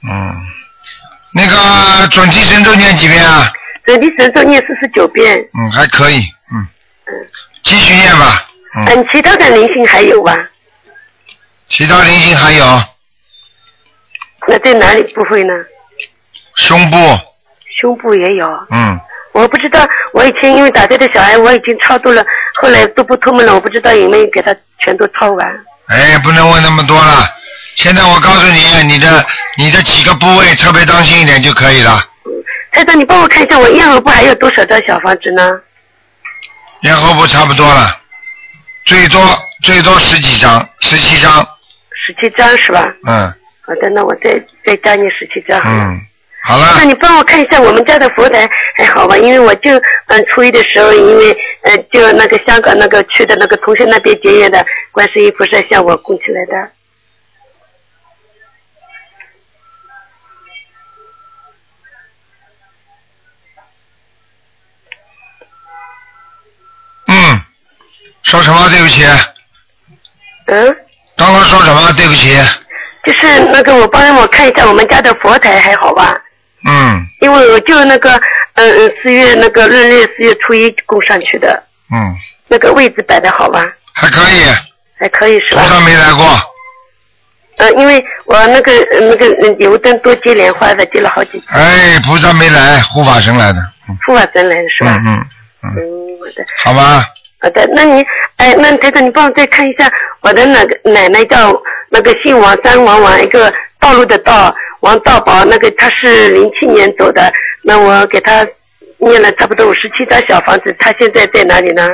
S1: 嗯，那个准提神咒念几遍啊？
S9: 准提神咒念四十九遍。
S1: 嗯，还可以，嗯，继续念吧。嗯，
S9: 嗯，其他的灵性还有吧？
S1: 其他灵性还有
S9: 那在哪里不会呢？
S1: 胸部，
S9: 胸部也有。
S1: 嗯，
S9: 我不知道，我以前因为打胎的小孩，我已经超度了，后来都不通门了，我不知道有没有给他全都超完。
S1: 哎，不能问那么多了。现在我告诉你，你的你的几个部位特别当心一点就可以了。
S9: 台哎长，你帮我看一下，我咽喉部还有多少张小房子呢？
S1: 咽喉部差不多了，最多最多十几张，十七张，
S9: 十七张是吧？
S1: 嗯
S9: 好的，那我再再加你十七张。
S1: 嗯，
S9: 好了。那你帮我看一下我们家的佛台还好吧？因为我就嗯初一的时候，因为呃就那个香港那个去的那个同学那边结缘的观世音菩萨向我供起来的。
S1: 嗯，说什么？对不起，
S9: 嗯，
S1: 刚刚说什么？对不起，
S9: 就是那个我帮我看一下我们家的佛台还好吧？
S1: 嗯
S9: 因为我就那个嗯嗯四月那个闰月四月初一供上去的
S1: 嗯，
S9: 那个位置摆的好吧？
S1: 还可以，
S9: 还可以是吧？
S1: 菩萨没来过，
S9: 呃，因为我那个呃那个嗯油灯多接莲花的，接了好几次，
S1: 哎，菩萨没来，护法神来的，
S9: 护法神来的是吧？
S1: 嗯嗯，
S9: 嗯，好的，
S1: 好吧，
S9: 好的。那你，哎，那台长，你帮我再看一下我的那个奶奶叫那个姓王，张王王，一个道路的道，王道宝，那个他是零七年走的，那我给他念了差不多五十七张小房子，他现在在哪里呢？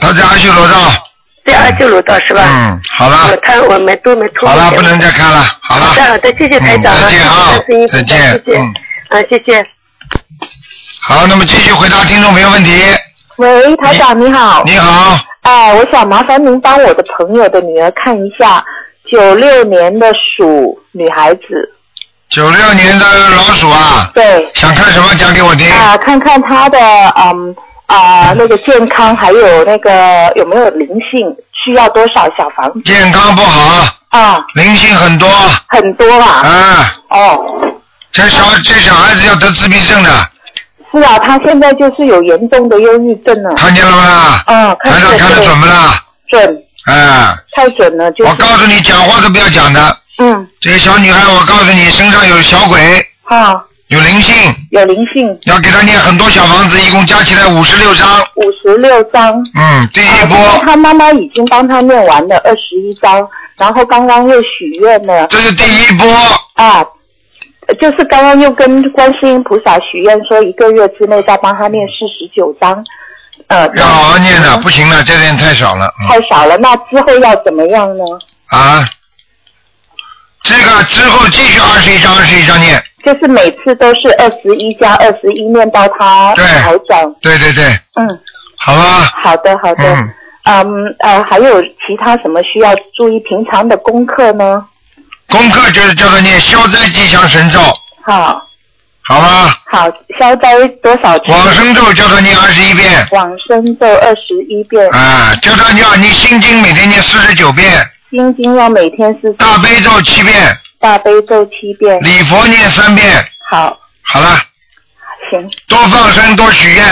S1: 他在阿修罗道，
S9: 在阿修罗道是吧？
S1: 嗯，好了
S9: 我看我们都没通。
S1: 好了，不能再看了，好
S9: 好的，
S1: 了，
S9: 好的，谢谢台长啊，
S1: 再见啊
S9: 谢谢观世音，菩萨
S1: 再见，
S9: 谢谢，
S1: 嗯，
S9: 啊，谢谢。
S1: 好，那么继续回答听众朋友问题。
S2: 喂，台长你好。
S1: 你好。
S2: 哎，我想麻烦您帮我的朋友的女儿看一下，九六年的鼠女孩子。
S1: 九六年的老鼠啊，
S2: 对。
S1: 想看什么讲给我听。
S2: 啊，看看她的嗯啊、那个健康，还有那个有没有灵性，需要多少小房子
S1: 健康不好，
S2: 啊？
S1: 灵性很多，
S2: 很多啊。
S1: 啊，
S2: 哦，
S1: 这小这小孩子要得自闭症的，
S2: 是啊，她现在就是有严重的忧郁症呢。
S1: 看见了吗？
S2: 嗯，看
S1: 台长
S2: 见
S1: 看得
S2: 对
S1: 准不啦？
S2: 准，
S1: 哎，
S2: 太准了，就是。
S1: 我告诉你，讲话都不要讲的。
S2: 嗯，
S1: 这个小女孩，我告诉你，身上有小鬼，
S2: 好、
S1: 有灵性，
S2: 有灵性，
S1: 要给她念很多小房子，一共加起来五十六张。
S2: 五十六张。
S1: 嗯，第一
S2: 啊
S6: 哦
S1: 波，
S2: 他妈妈已经帮他念完了二十一章，然后刚刚又许愿了。
S1: 这是第一波。
S2: 啊，就是刚刚又跟观世音菩萨许愿说，一个月之内再帮他念四十九章。呃，
S1: 要好好念的，不行了，这点太少了。嗯
S2: 太少了，那之后要怎么样呢？
S1: 啊，这个之后继续二十一张，二十一张念。
S2: 就是每次都是二十一加二十一，念到他
S1: 对
S2: 好转。
S1: 对对对，
S2: 嗯，
S1: 好吧，
S2: 好的，好的。
S1: 嗯，
S2: 嗯呃，还有其他什么需要注意平常的功课呢？
S1: 功课就是叫他念消灾吉祥神咒，
S2: 好，
S1: 好吧？
S2: 好，消灾多少？
S1: 往生咒叫他念21遍
S2: 往生咒二十一遍，
S1: 啊，叫他念你心经每天念四十九遍，
S2: 心经要每天是
S1: 大悲咒七遍，
S2: 大悲咒七遍。
S1: 礼佛念三遍，
S2: 好，
S1: 好了。
S2: 行，
S1: 多放生，多许愿，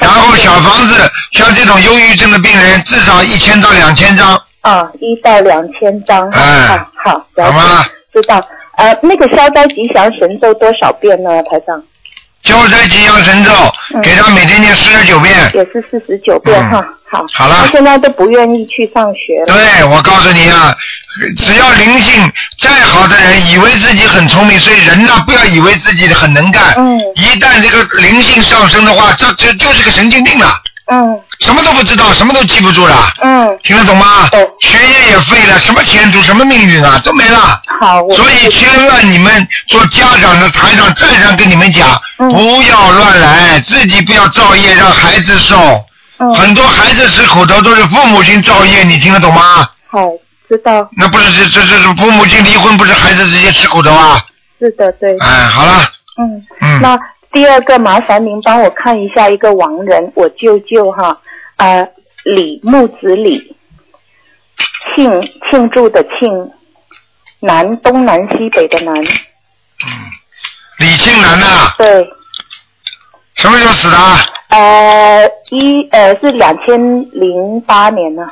S1: 然后小房子，像这种忧郁症的病人，至少一千到两千张，
S2: 啊，一到两千张。
S1: 哎
S10: 啊
S2: 好好，
S1: 好
S2: 了解
S1: 吗？
S2: 知道。呃，那个消灾吉祥神咒多少遍呢，台长？
S1: 消灾吉祥神咒，
S2: 嗯
S1: 给他每天念四十九遍。
S2: 也是四十九遍
S1: 嗯
S2: 哈。好，
S1: 好了
S2: 他现在都不愿意去上学了。
S1: 对，我告诉你啊，只要灵性再好的人，以为自己很聪明，所以人呢、不要以为自己很能干。
S2: 嗯。
S1: 一旦这个灵性上升的话，这这就是个神经病了，
S2: 嗯
S1: 什么都不知道，什么都记不住了，
S2: 嗯，
S1: 听得懂吗？
S2: 懂。
S1: 学业也废了，什么前途，什么命运啊，都没了。
S2: 好，我
S1: 所以千万你们做家长的台长再三跟你们讲，
S2: 嗯
S1: 不要乱来，自己不要造业，让孩子受。
S2: 哦
S1: 很多孩子吃苦头都是父母亲造业，你听得懂吗？
S2: 好知道，
S1: 那不是这这这这父母亲离婚，不是孩子直接吃苦头啊？
S2: 是的，对。
S1: 哎，好了，
S2: 嗯，
S1: 嗯
S2: 那
S10: 第二个，麻烦您帮我看一下一个亡人，我舅舅哈，呃，李木子李，庆庆祝的庆，南东南西北的南，
S1: 李庆南呐、
S10: 对，
S1: 什么时候死的？啊
S10: 呃，一呃是两千零八年呢、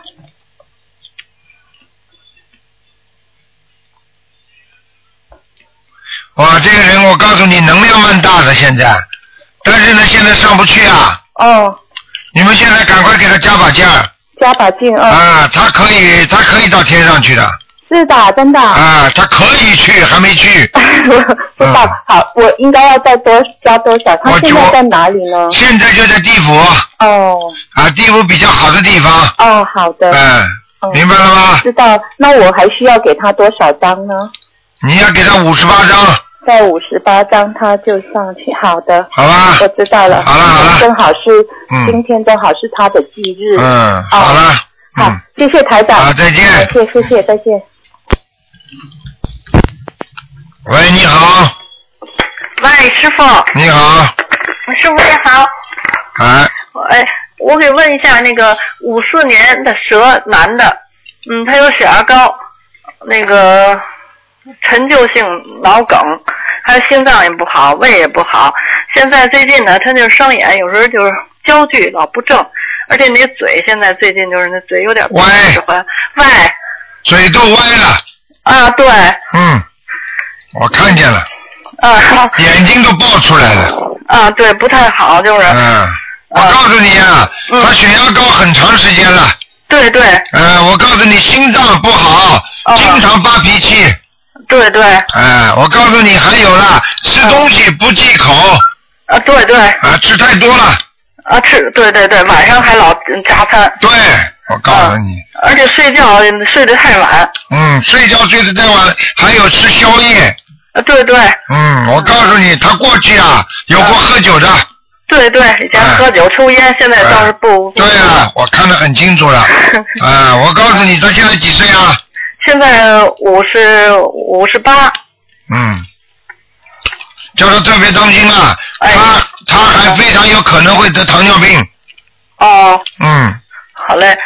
S1: 哇，这个人我告诉你，能量蛮大的现在，但是呢，现在上不去啊。
S10: 哦。
S1: 你们现在赶快给他加把劲儿。
S10: 加把劲
S2: 哦
S1: 啊！啊，他可以，他可以到天上去的。
S10: 是的，真的。 [laughs]
S1: 啊，他可以去，还没去。
S10: 知道、
S1: 啊
S10: 好，我应该要再多加多少？他现在在哪里呢？
S1: 现在就在地府
S10: 哦
S1: 啊，地府比较好的地方。
S10: 哦，好的。
S1: 嗯，明白了吗？
S10: 知道，那我还需要给他多少张呢？
S1: 你要给他五十八张，
S10: 在五十八张，他就上去。好的，
S1: 好吧？
S10: 我知道了。好了好了，正好是、
S1: 嗯
S10: 今天，正好是他的忌日。
S1: 嗯，好了，嗯，
S10: 谢谢台长。
S1: 好再见
S10: 谢谢谢谢，再见。
S1: 喂，你好，
S9: 喂，师傅，
S1: 你好，
S9: 师傅你好，
S1: 哎，
S9: 哎，我给问一下那个五四年的蛇男的，嗯，他有血压高，那个陈旧性脑梗，还有心脏也不好，胃也不好。现在最近呢，他就是双眼有时候就是焦距老不正，而且那嘴现在最近就是那嘴有点歪，喂，
S1: 嘴都歪了，
S9: 啊对，
S1: 嗯，我看见了，
S9: 啊
S1: 眼睛都爆出来了。
S9: 啊对，不太好就是，
S1: 嗯，我告诉你啊，他血压高很长时间了。
S9: 对对。
S1: 呃，我告诉你，心脏不好，经常发脾气。
S9: 对对。
S1: 哎，我告诉你，还有啦，吃东西不忌口。
S9: 啊，对对。
S1: 啊，吃太多了。
S9: 啊吃对对对，晚上还老嗯加餐，
S1: 对，我告诉你，
S9: 而且睡觉嗯睡得太晚。
S1: 嗯，睡觉睡得太晚，还有吃宵夜。
S9: 啊，对对
S1: 嗯，我告诉你，他过去啊有过喝酒的，
S9: 对对，以前喝酒抽烟，现在倒是不。对
S1: 哎啊，我看得很清楚了。啊，我告诉你，他现在几岁啊？
S9: 现在五十五十八，
S1: 嗯，叫他特别当心啊，他他还非常有可能会得糖尿病。
S9: 哦。
S1: 嗯
S9: 好嘞，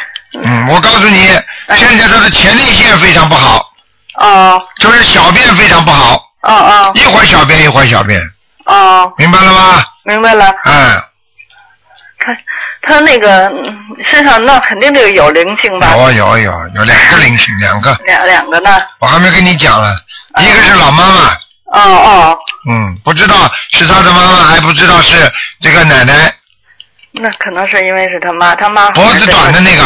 S1: 嗯，我告诉你，现在他的前列腺非常不好。
S9: 哦。
S1: 就是小便非常不好。
S9: 哦哦。
S1: 一会儿小便一会儿小便，
S9: 哦，
S1: 明白了吗？
S9: 明白了。
S1: 嗯，
S9: 他那个嗯身上那肯定就有灵性吧？
S1: 有啊有有有两个灵性，两个，
S9: 两两个呢？
S1: 我还没跟你讲了，一个是老妈妈，
S9: 哦哦，
S1: 嗯，不知道是他的妈妈，还不知道是这个奶奶，
S9: 那可能是因为是他妈，他妈
S1: 脖子短的那个。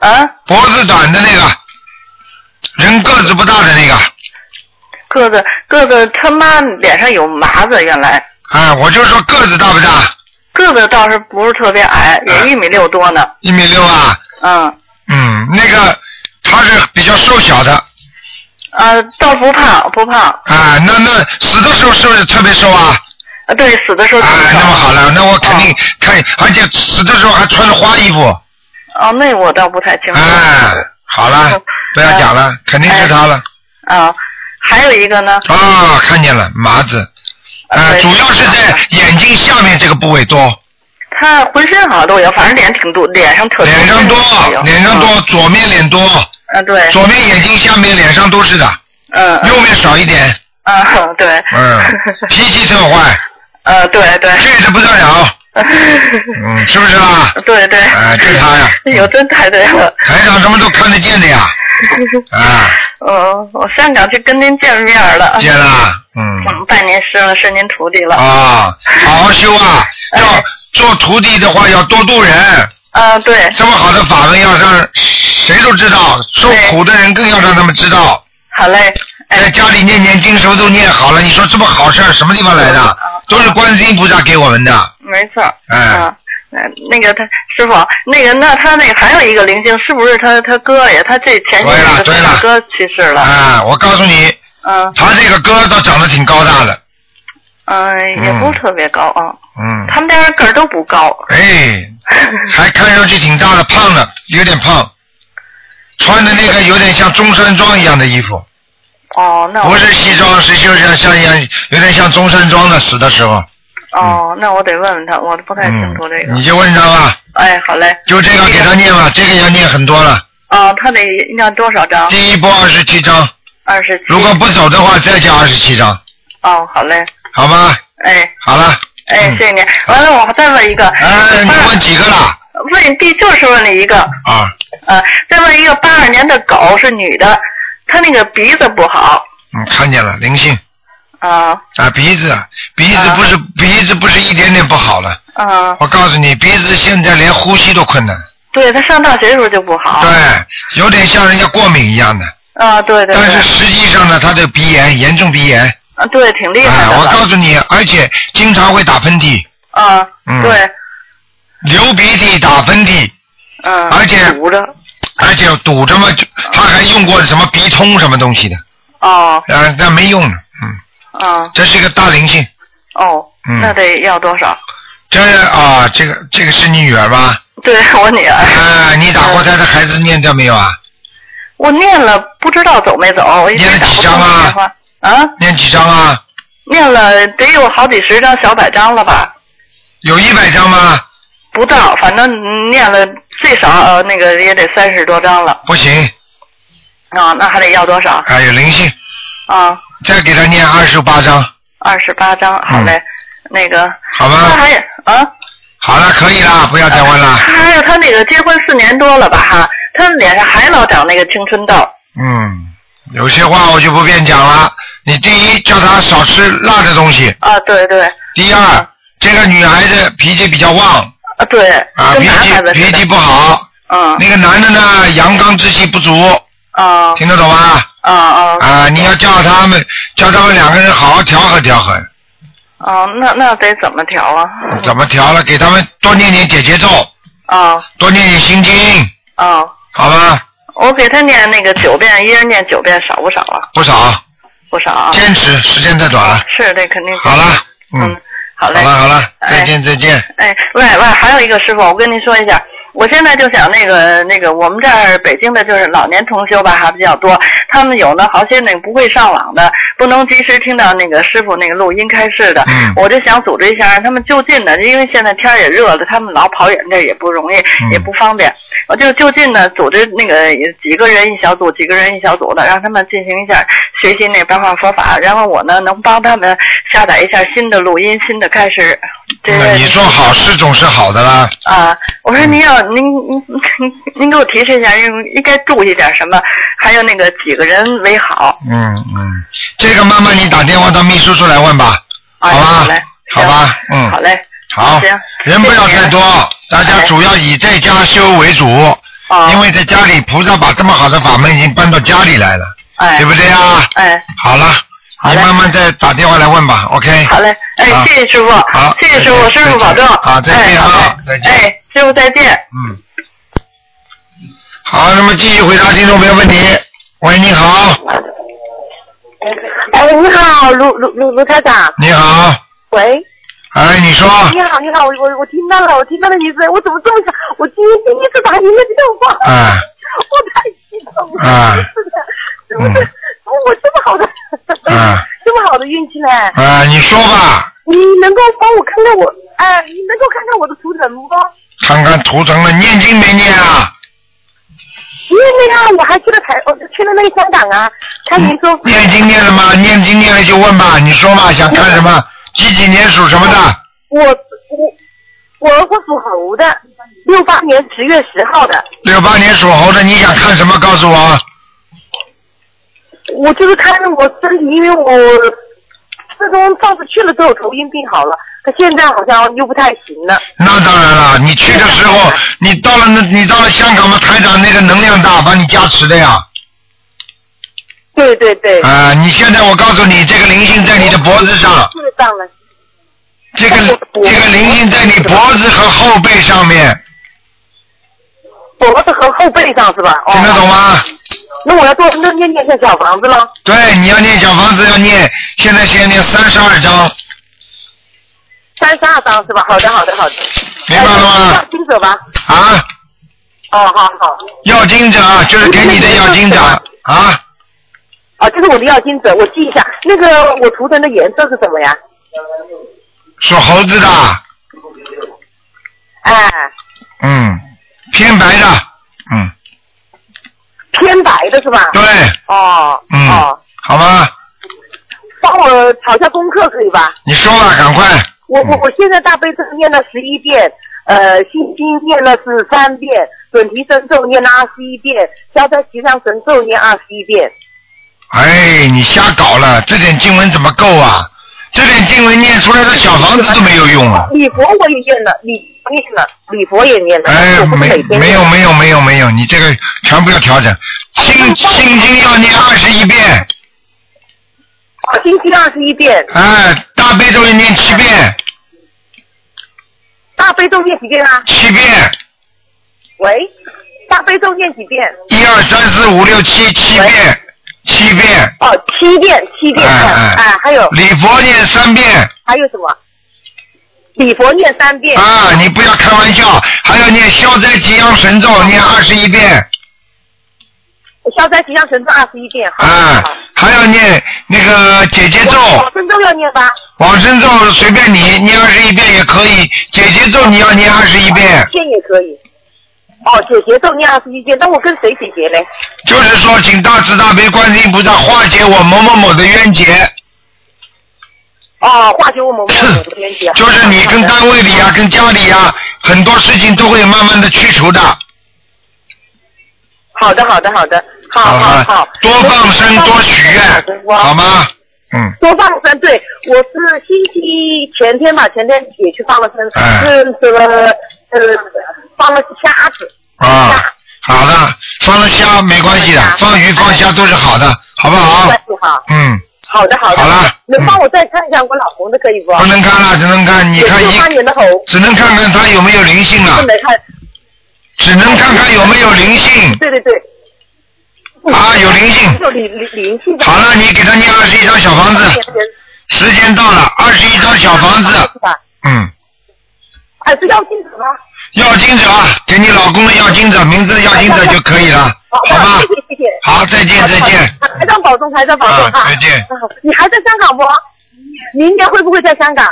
S9: 啊？
S1: 脖子短的那个，人个子不大的那个。
S9: 个子个子，他妈脸上有麻子，原来
S1: 哎，我就说个子大不大？
S9: 个子倒是不是特别矮，
S1: 哎
S9: 也一米六多呢。
S1: 一米六啊？
S9: 嗯，
S1: 嗯，那个他是比较瘦小的
S9: 呃，倒不胖，不胖。
S1: 啊。那那死的时候是不是特别瘦啊？
S9: 啊，对，死的时候
S1: 啊，那么好了，那我肯定看，而且死的时候还穿着花衣服。
S9: 哦，那我倒不太清楚。
S1: 哎，好了，不要讲了，肯定是他了。
S9: 啊，还有一个呢。
S1: 啊，看见了，麻子。
S9: 哎
S1: 呃，主要是在眼睛下面这个部位多，
S9: 他浑身好像都有，反正脸挺多，脸上特嗯
S1: 脸上多，脸上多，左面脸多，
S9: 啊，对。
S1: 左面眼睛下面脸上都是的，
S9: 嗯。嗯
S1: 右面少一点。
S9: 啊，对。
S1: 嗯，脾气特坏，
S9: 呃，对
S1: [laughs]
S9: 对。
S1: 这的不得了。嗯，是不是
S9: [laughs]
S1: 啊？
S9: 对对。
S1: 哎，就是他呀，
S9: 哎呦，真太对了。
S1: 台长什么都看得见的呀，啊，
S9: 嗯，我香港去跟您见面了。
S1: 见了，嗯，
S9: 嗯，拜您师了，是您徒弟了。
S1: 啊，好好修啊，要做徒弟的话要多度人。
S9: 啊，对。
S1: 这么好的法门要让谁都知道，受苦的人更要让他们知道。
S9: 好嘞。哎
S1: 在家里念念经，什么都念好了，你说这么好事儿什么地方来的？
S9: 嗯
S1: 都是观世音菩萨给我们的，
S9: 没错。
S1: 哎，
S9: 嗯，那个他师傅，那个那他那个还有一个灵性，是不是他他哥呀？他这前些日子他大哥去世了。
S1: 啊，我告诉你，
S9: 嗯
S1: 他这个哥倒长得挺高大的，
S9: 嗯，也不是特别高啊。
S1: 嗯，
S9: 他们家人个儿都不高。 [laughs]
S1: 哎，还看上去挺大的，胖的，有点胖，穿的那个有点像中山装一样的衣服，
S9: 哦，那我
S1: 不是西装，是就是像像有点像中山装的，死的时候，
S9: 哦，那我得问问他，我不太清楚这
S1: 嗯
S9: 个。
S1: 你就问他吧。
S9: 哎，好嘞。
S1: 就这个给他念吧，这个要念很多了。
S9: 啊，他得念多少章？
S1: 第一波二十七章，
S9: 二十七。
S1: 如果不走的话，再加二十七章，
S9: 哦，好嘞，
S1: 好吗？
S9: 哎
S1: 好了，
S9: 哎，
S1: 嗯
S9: 谢谢您。完了，我再问一个。
S1: 哎，你问几个了？
S9: 问第就是问了一个，
S1: 啊，
S9: 呃，再问一个八二年的狗是女的，她那个鼻子不好
S1: 嗯，看见了灵性
S9: 啊
S1: 啊，鼻子，鼻子不是、鼻子不是一点点不好了，
S9: 啊，
S1: 我告诉你，鼻子现在连呼吸都困难，
S9: 对她上大学的时候就不好，
S1: 对，有点像人家过敏一样的。
S9: 啊，对对
S1: 但是实际上呢，他的鼻炎严重鼻炎，
S9: 啊对，挺厉害
S1: 哎，
S9: 的
S1: 我
S9: 了，
S1: 告诉你，而且经常会打喷嚏，
S9: 啊，
S1: 嗯
S9: 对，
S1: 流鼻涕、打喷嚏，
S9: 嗯，
S1: 而且
S9: 堵着，
S1: 而且堵着嘛，就他还用过什么鼻通什么东西的，
S9: 哦
S1: 啊，那没用呢，嗯，
S9: 啊
S1: 这是一个大灵性，
S9: 哦，
S1: 嗯
S9: 那得要多少？ [laughs]
S1: 这啊，这个这个是你女儿吧？
S9: 对我女儿，
S1: 啊，你打过胎的孩子念掉没有啊？
S9: 我念了，不知道走没走，我一直打不通电话啊，
S1: 念几张啊？
S9: 念了得有好几十张、小百张了吧？
S1: 有一百张吗？
S9: 不到，反正嗯念了最少呃那个也得三十多张了
S1: 不行，
S9: 啊，那还得要多少
S1: 啊，有灵性，
S9: 啊？
S1: 再给他念二十八张，
S9: 二十八张，好
S1: 嗯
S9: 嘞，那个
S1: 好吧
S9: 那还有啊，
S1: 好了，可以啦，不要再问了，
S9: 还有他那个结婚四年多了吧哈，他脸上还老长那个青春痘
S1: 嗯，有些话我就不便讲了。你第一叫她少吃辣的东西，
S9: 啊，对对
S1: 第二，这个女孩子脾气比较旺，
S9: 啊对，
S1: 啊，
S9: 跟
S1: 脾
S9: 男孩
S1: 气
S9: 子
S1: 脾
S9: 似
S1: 气
S9: 的
S1: 不好。
S9: 嗯
S1: 那个男的呢，阳刚之气不足，
S9: 啊
S1: 听得懂吗？
S9: 啊啊
S1: 啊，你要叫他们，叫他们两个人好好调和调和，
S9: 啊，那那得怎么调啊？
S1: 怎么调了？给他们多念点解结咒，
S9: 啊
S1: 多念点心经，
S9: 啊，
S1: 好吧？
S9: 我给他念那个九遍，一人念九遍，少不少啊？
S1: 不少，
S9: 不少啊。
S1: 坚持，时间太短了。
S9: 是，这肯定。
S1: 好了，嗯，
S9: 好嘞。
S1: 好了好了，
S9: 哎
S1: 再见再见。
S9: 哎，喂喂，还有一个师傅，我跟您说一下，我现在就想那个那个，我们这儿北京的就是老年同修吧，还比较多。他们有呢，好些那个不会上网的，不能及时听到那个师傅那个录音开示的。
S11: 嗯
S9: 我就想组织一下，让他们就近的，因为现在天儿也热了，他们老跑远地儿也不容易，也不方便。我就就近的组织那个几个人一小组，几个人一小组的，让他们进行一下学习那白话佛法，然后我呢能帮他们下载一下新的录音、新的开始。这个
S1: 那你做好事总是好的啦。
S9: 啊，我
S1: 嗯
S9: 说您要您您 [laughs] 您您给我提示一下，应应该注意点什么？还有那个几个人为好，
S1: 嗯嗯，这个妈妈你打电话到秘书处来问吧，
S9: 哎
S1: 好吧
S9: 好嘞，
S1: 好吧，嗯，
S9: 好嘞，
S1: 好
S9: 行，
S1: 人不要太多，大家主要以在家修为主，
S9: 哦
S1: 因为在家里菩萨把这么好的法门已经搬到家里来了，
S9: 哎，
S1: 对不对啊？
S9: 哎，
S1: 好了，你慢慢再打电话来问吧，OK？
S9: 好嘞，哎，
S1: 啊
S9: 谢谢师傅，
S1: 好，
S9: 谢谢师傅，
S1: 再
S9: 师
S1: 见
S9: 傅保重，
S1: 啊，再见啊，再见，
S9: 哎，师傅再见。
S1: 嗯。好，那么继续回答听众朋友问题。喂，你好，
S12: 哎，你好，卢卢卢卢台长。
S1: 你好，
S12: 喂。
S1: 哎，你说，
S12: 你好，你好，我我我听到了，我听到了你声，我怎么这么想？我今天第一次打您的电话，
S1: 哎，
S12: [laughs] 我太激动了， [laughs]
S1: 啊
S12: 真的，怎么这怎么我这么好的，
S1: 啊
S12: 这么好的运气呢？
S1: 啊，你说吧，
S12: 你能够帮我看看我，哎、你能够看看我的图腾不？
S1: 看看图腾了，念经没念啊？
S12: 因为那样我还去了台，我去了那个香港啊，看您说。
S1: 念经念了吗？念经念了就问吧，你说吧，想看什么？几几年属什么的？
S12: 我我我我属猴的，六八年十月十号的，
S1: 六八年属猴的，你想看什么？告诉我。
S12: 我就是看着我身体，因为我自从上次去了之后头晕病好了，可现在好像又不太行了。
S1: 那当然了，你去的时
S12: [laughs]
S1: 候，你到了那，你到了香港嘛，台长那个能量大，把你加持的呀。
S12: 对对对。
S1: 啊、你现在我告诉你，这个灵性在你的脖子上，
S12: 是当了，
S1: 这个这个灵性在你脖子和后背上面，
S12: 脖子和后背上是吧？哦、
S1: 听得懂吗？
S12: 那我要做那念念一下小房子了，
S1: 对，你要念小房子，要念，现在先念三十二章，
S12: 三十二张是吧？好的好的好的。
S1: 明白了吗？
S12: 哎要经者吧。
S1: 啊，
S12: 哦好好。
S1: 要经者啊就是给你的要经者啊，
S12: 啊哦，这是我的要经者，我记一下。那个我图腾的颜色是什么呀？
S1: 属猴子的，
S12: 哎，
S1: 嗯，偏白的，嗯，
S12: 偏白的是吧？
S1: 对，
S12: 哦，
S1: 嗯，
S12: 哦，
S1: 好吗？
S12: 帮我找一下功课可以吧？
S1: 你说吧，赶快。
S12: 我
S1: 嗯
S12: 我我现在大悲咒念了十一遍，呃，心经念了是三遍，准提神咒念了二十一遍，消灾吉祥神咒念二十一遍。
S1: 哎，你瞎搞了，这点经文怎么够啊？这点经文念出来的小房子都没有用啊！
S12: 礼佛我也念了，礼念了，礼佛也念了。
S1: 哎，没没有没有没有没有，你这个全部要调整。心心经要念二十一遍，
S12: 哦星期二十一遍，
S1: 哎，大悲咒要念七遍，
S12: 大悲咒念几遍啊？
S1: 七遍。
S12: 喂，大悲咒念几遍？
S1: 一二三四五六七七遍，七遍。
S12: 哦，七遍，七遍。
S1: 哎
S12: 哎
S1: 哎
S12: 还有
S1: 礼佛念三遍。
S12: 还有什么？礼佛念三遍。
S1: 啊，你不要开玩笑，还要念消灾吉祥神咒，念二十一遍，
S12: 消灾吉祥神咒二十一遍。好哦
S1: 啊，哎还要念那个姐姐咒、
S12: 往生咒要念吧？
S1: 往生咒，随便你念二十一遍也可以。姐姐咒你要念二十一遍
S12: 一，遍也可以。哦，姐姐咒念二十一遍，那我跟谁姐姐呢？
S1: 就是说，请大慈大悲观世音菩萨化解我某某某的冤结，
S12: 哦，化解我们我的冤结。
S1: 就是你跟单位里啊，跟家里啊，很多事情都会慢慢的去除的。
S12: 好的，好的，好的，好好好，
S1: 多放生，多许愿，好吗？嗯
S12: 多放生。对，我是星期前天吧，前天也去放了生，
S1: 哎
S12: 是这个呃放了虾子。
S1: 啊，好的，放了虾没关系的，放鱼放虾都是好的，好不好
S12: 没关？系哈。
S1: 嗯，
S12: 好的，好的。好了，能帮我再看一下我老公的可以不？
S1: 不能看了，只能看你看
S12: 一
S1: 一啊
S12: 八，年的猴，
S1: 只能看看他有没有灵性了
S12: 是没看，
S1: 只能看看有没有灵性。
S12: 对对对。
S1: 啊，有灵性。
S12: 有灵灵灵性。
S1: 好了，你给他念二十一张小房子，时间到了，二十一张小房子，
S12: 是吧？
S1: 嗯，
S12: 哎，是要金子吗？
S1: 要经者给你老公的要经者名字要经者就可以了。
S12: 好吧，谢谢谢谢。
S1: 好，再见
S12: 好的
S1: 再见。
S12: 好的台长啊保重，台长保重
S1: 啊
S12: 啊！
S1: 再见
S12: 啊。你还在香港不？明年会不会在香港？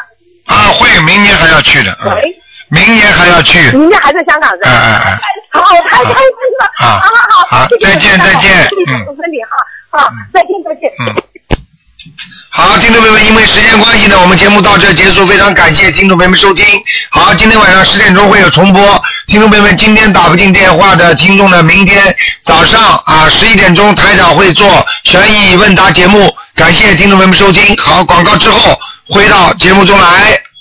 S1: 啊，会，明年还要去的，嗯
S12: 喂，
S1: 明年还要去，
S12: 明年还在香港是
S1: 哎
S12: 吧？
S1: 哎哎，
S12: 好，太开心了！
S1: 啊
S12: 好好好，
S1: 好
S12: 谢谢
S1: 再见
S12: 台长
S1: 再见
S12: 谢谢
S1: 嗯
S12: 祝身体哈，好，再见再见。
S1: 嗯。好，听众朋友们，因为时间关系呢，我们节目到这结束，非常感谢听众朋友们收听。好，今天晚上十点钟会有重播。听众朋友们，今天打不进电话的听众呢，明天早上啊十一点钟台长会做悬疑问答节目，感谢听众朋友们收听。好，广告之后回到节目中来。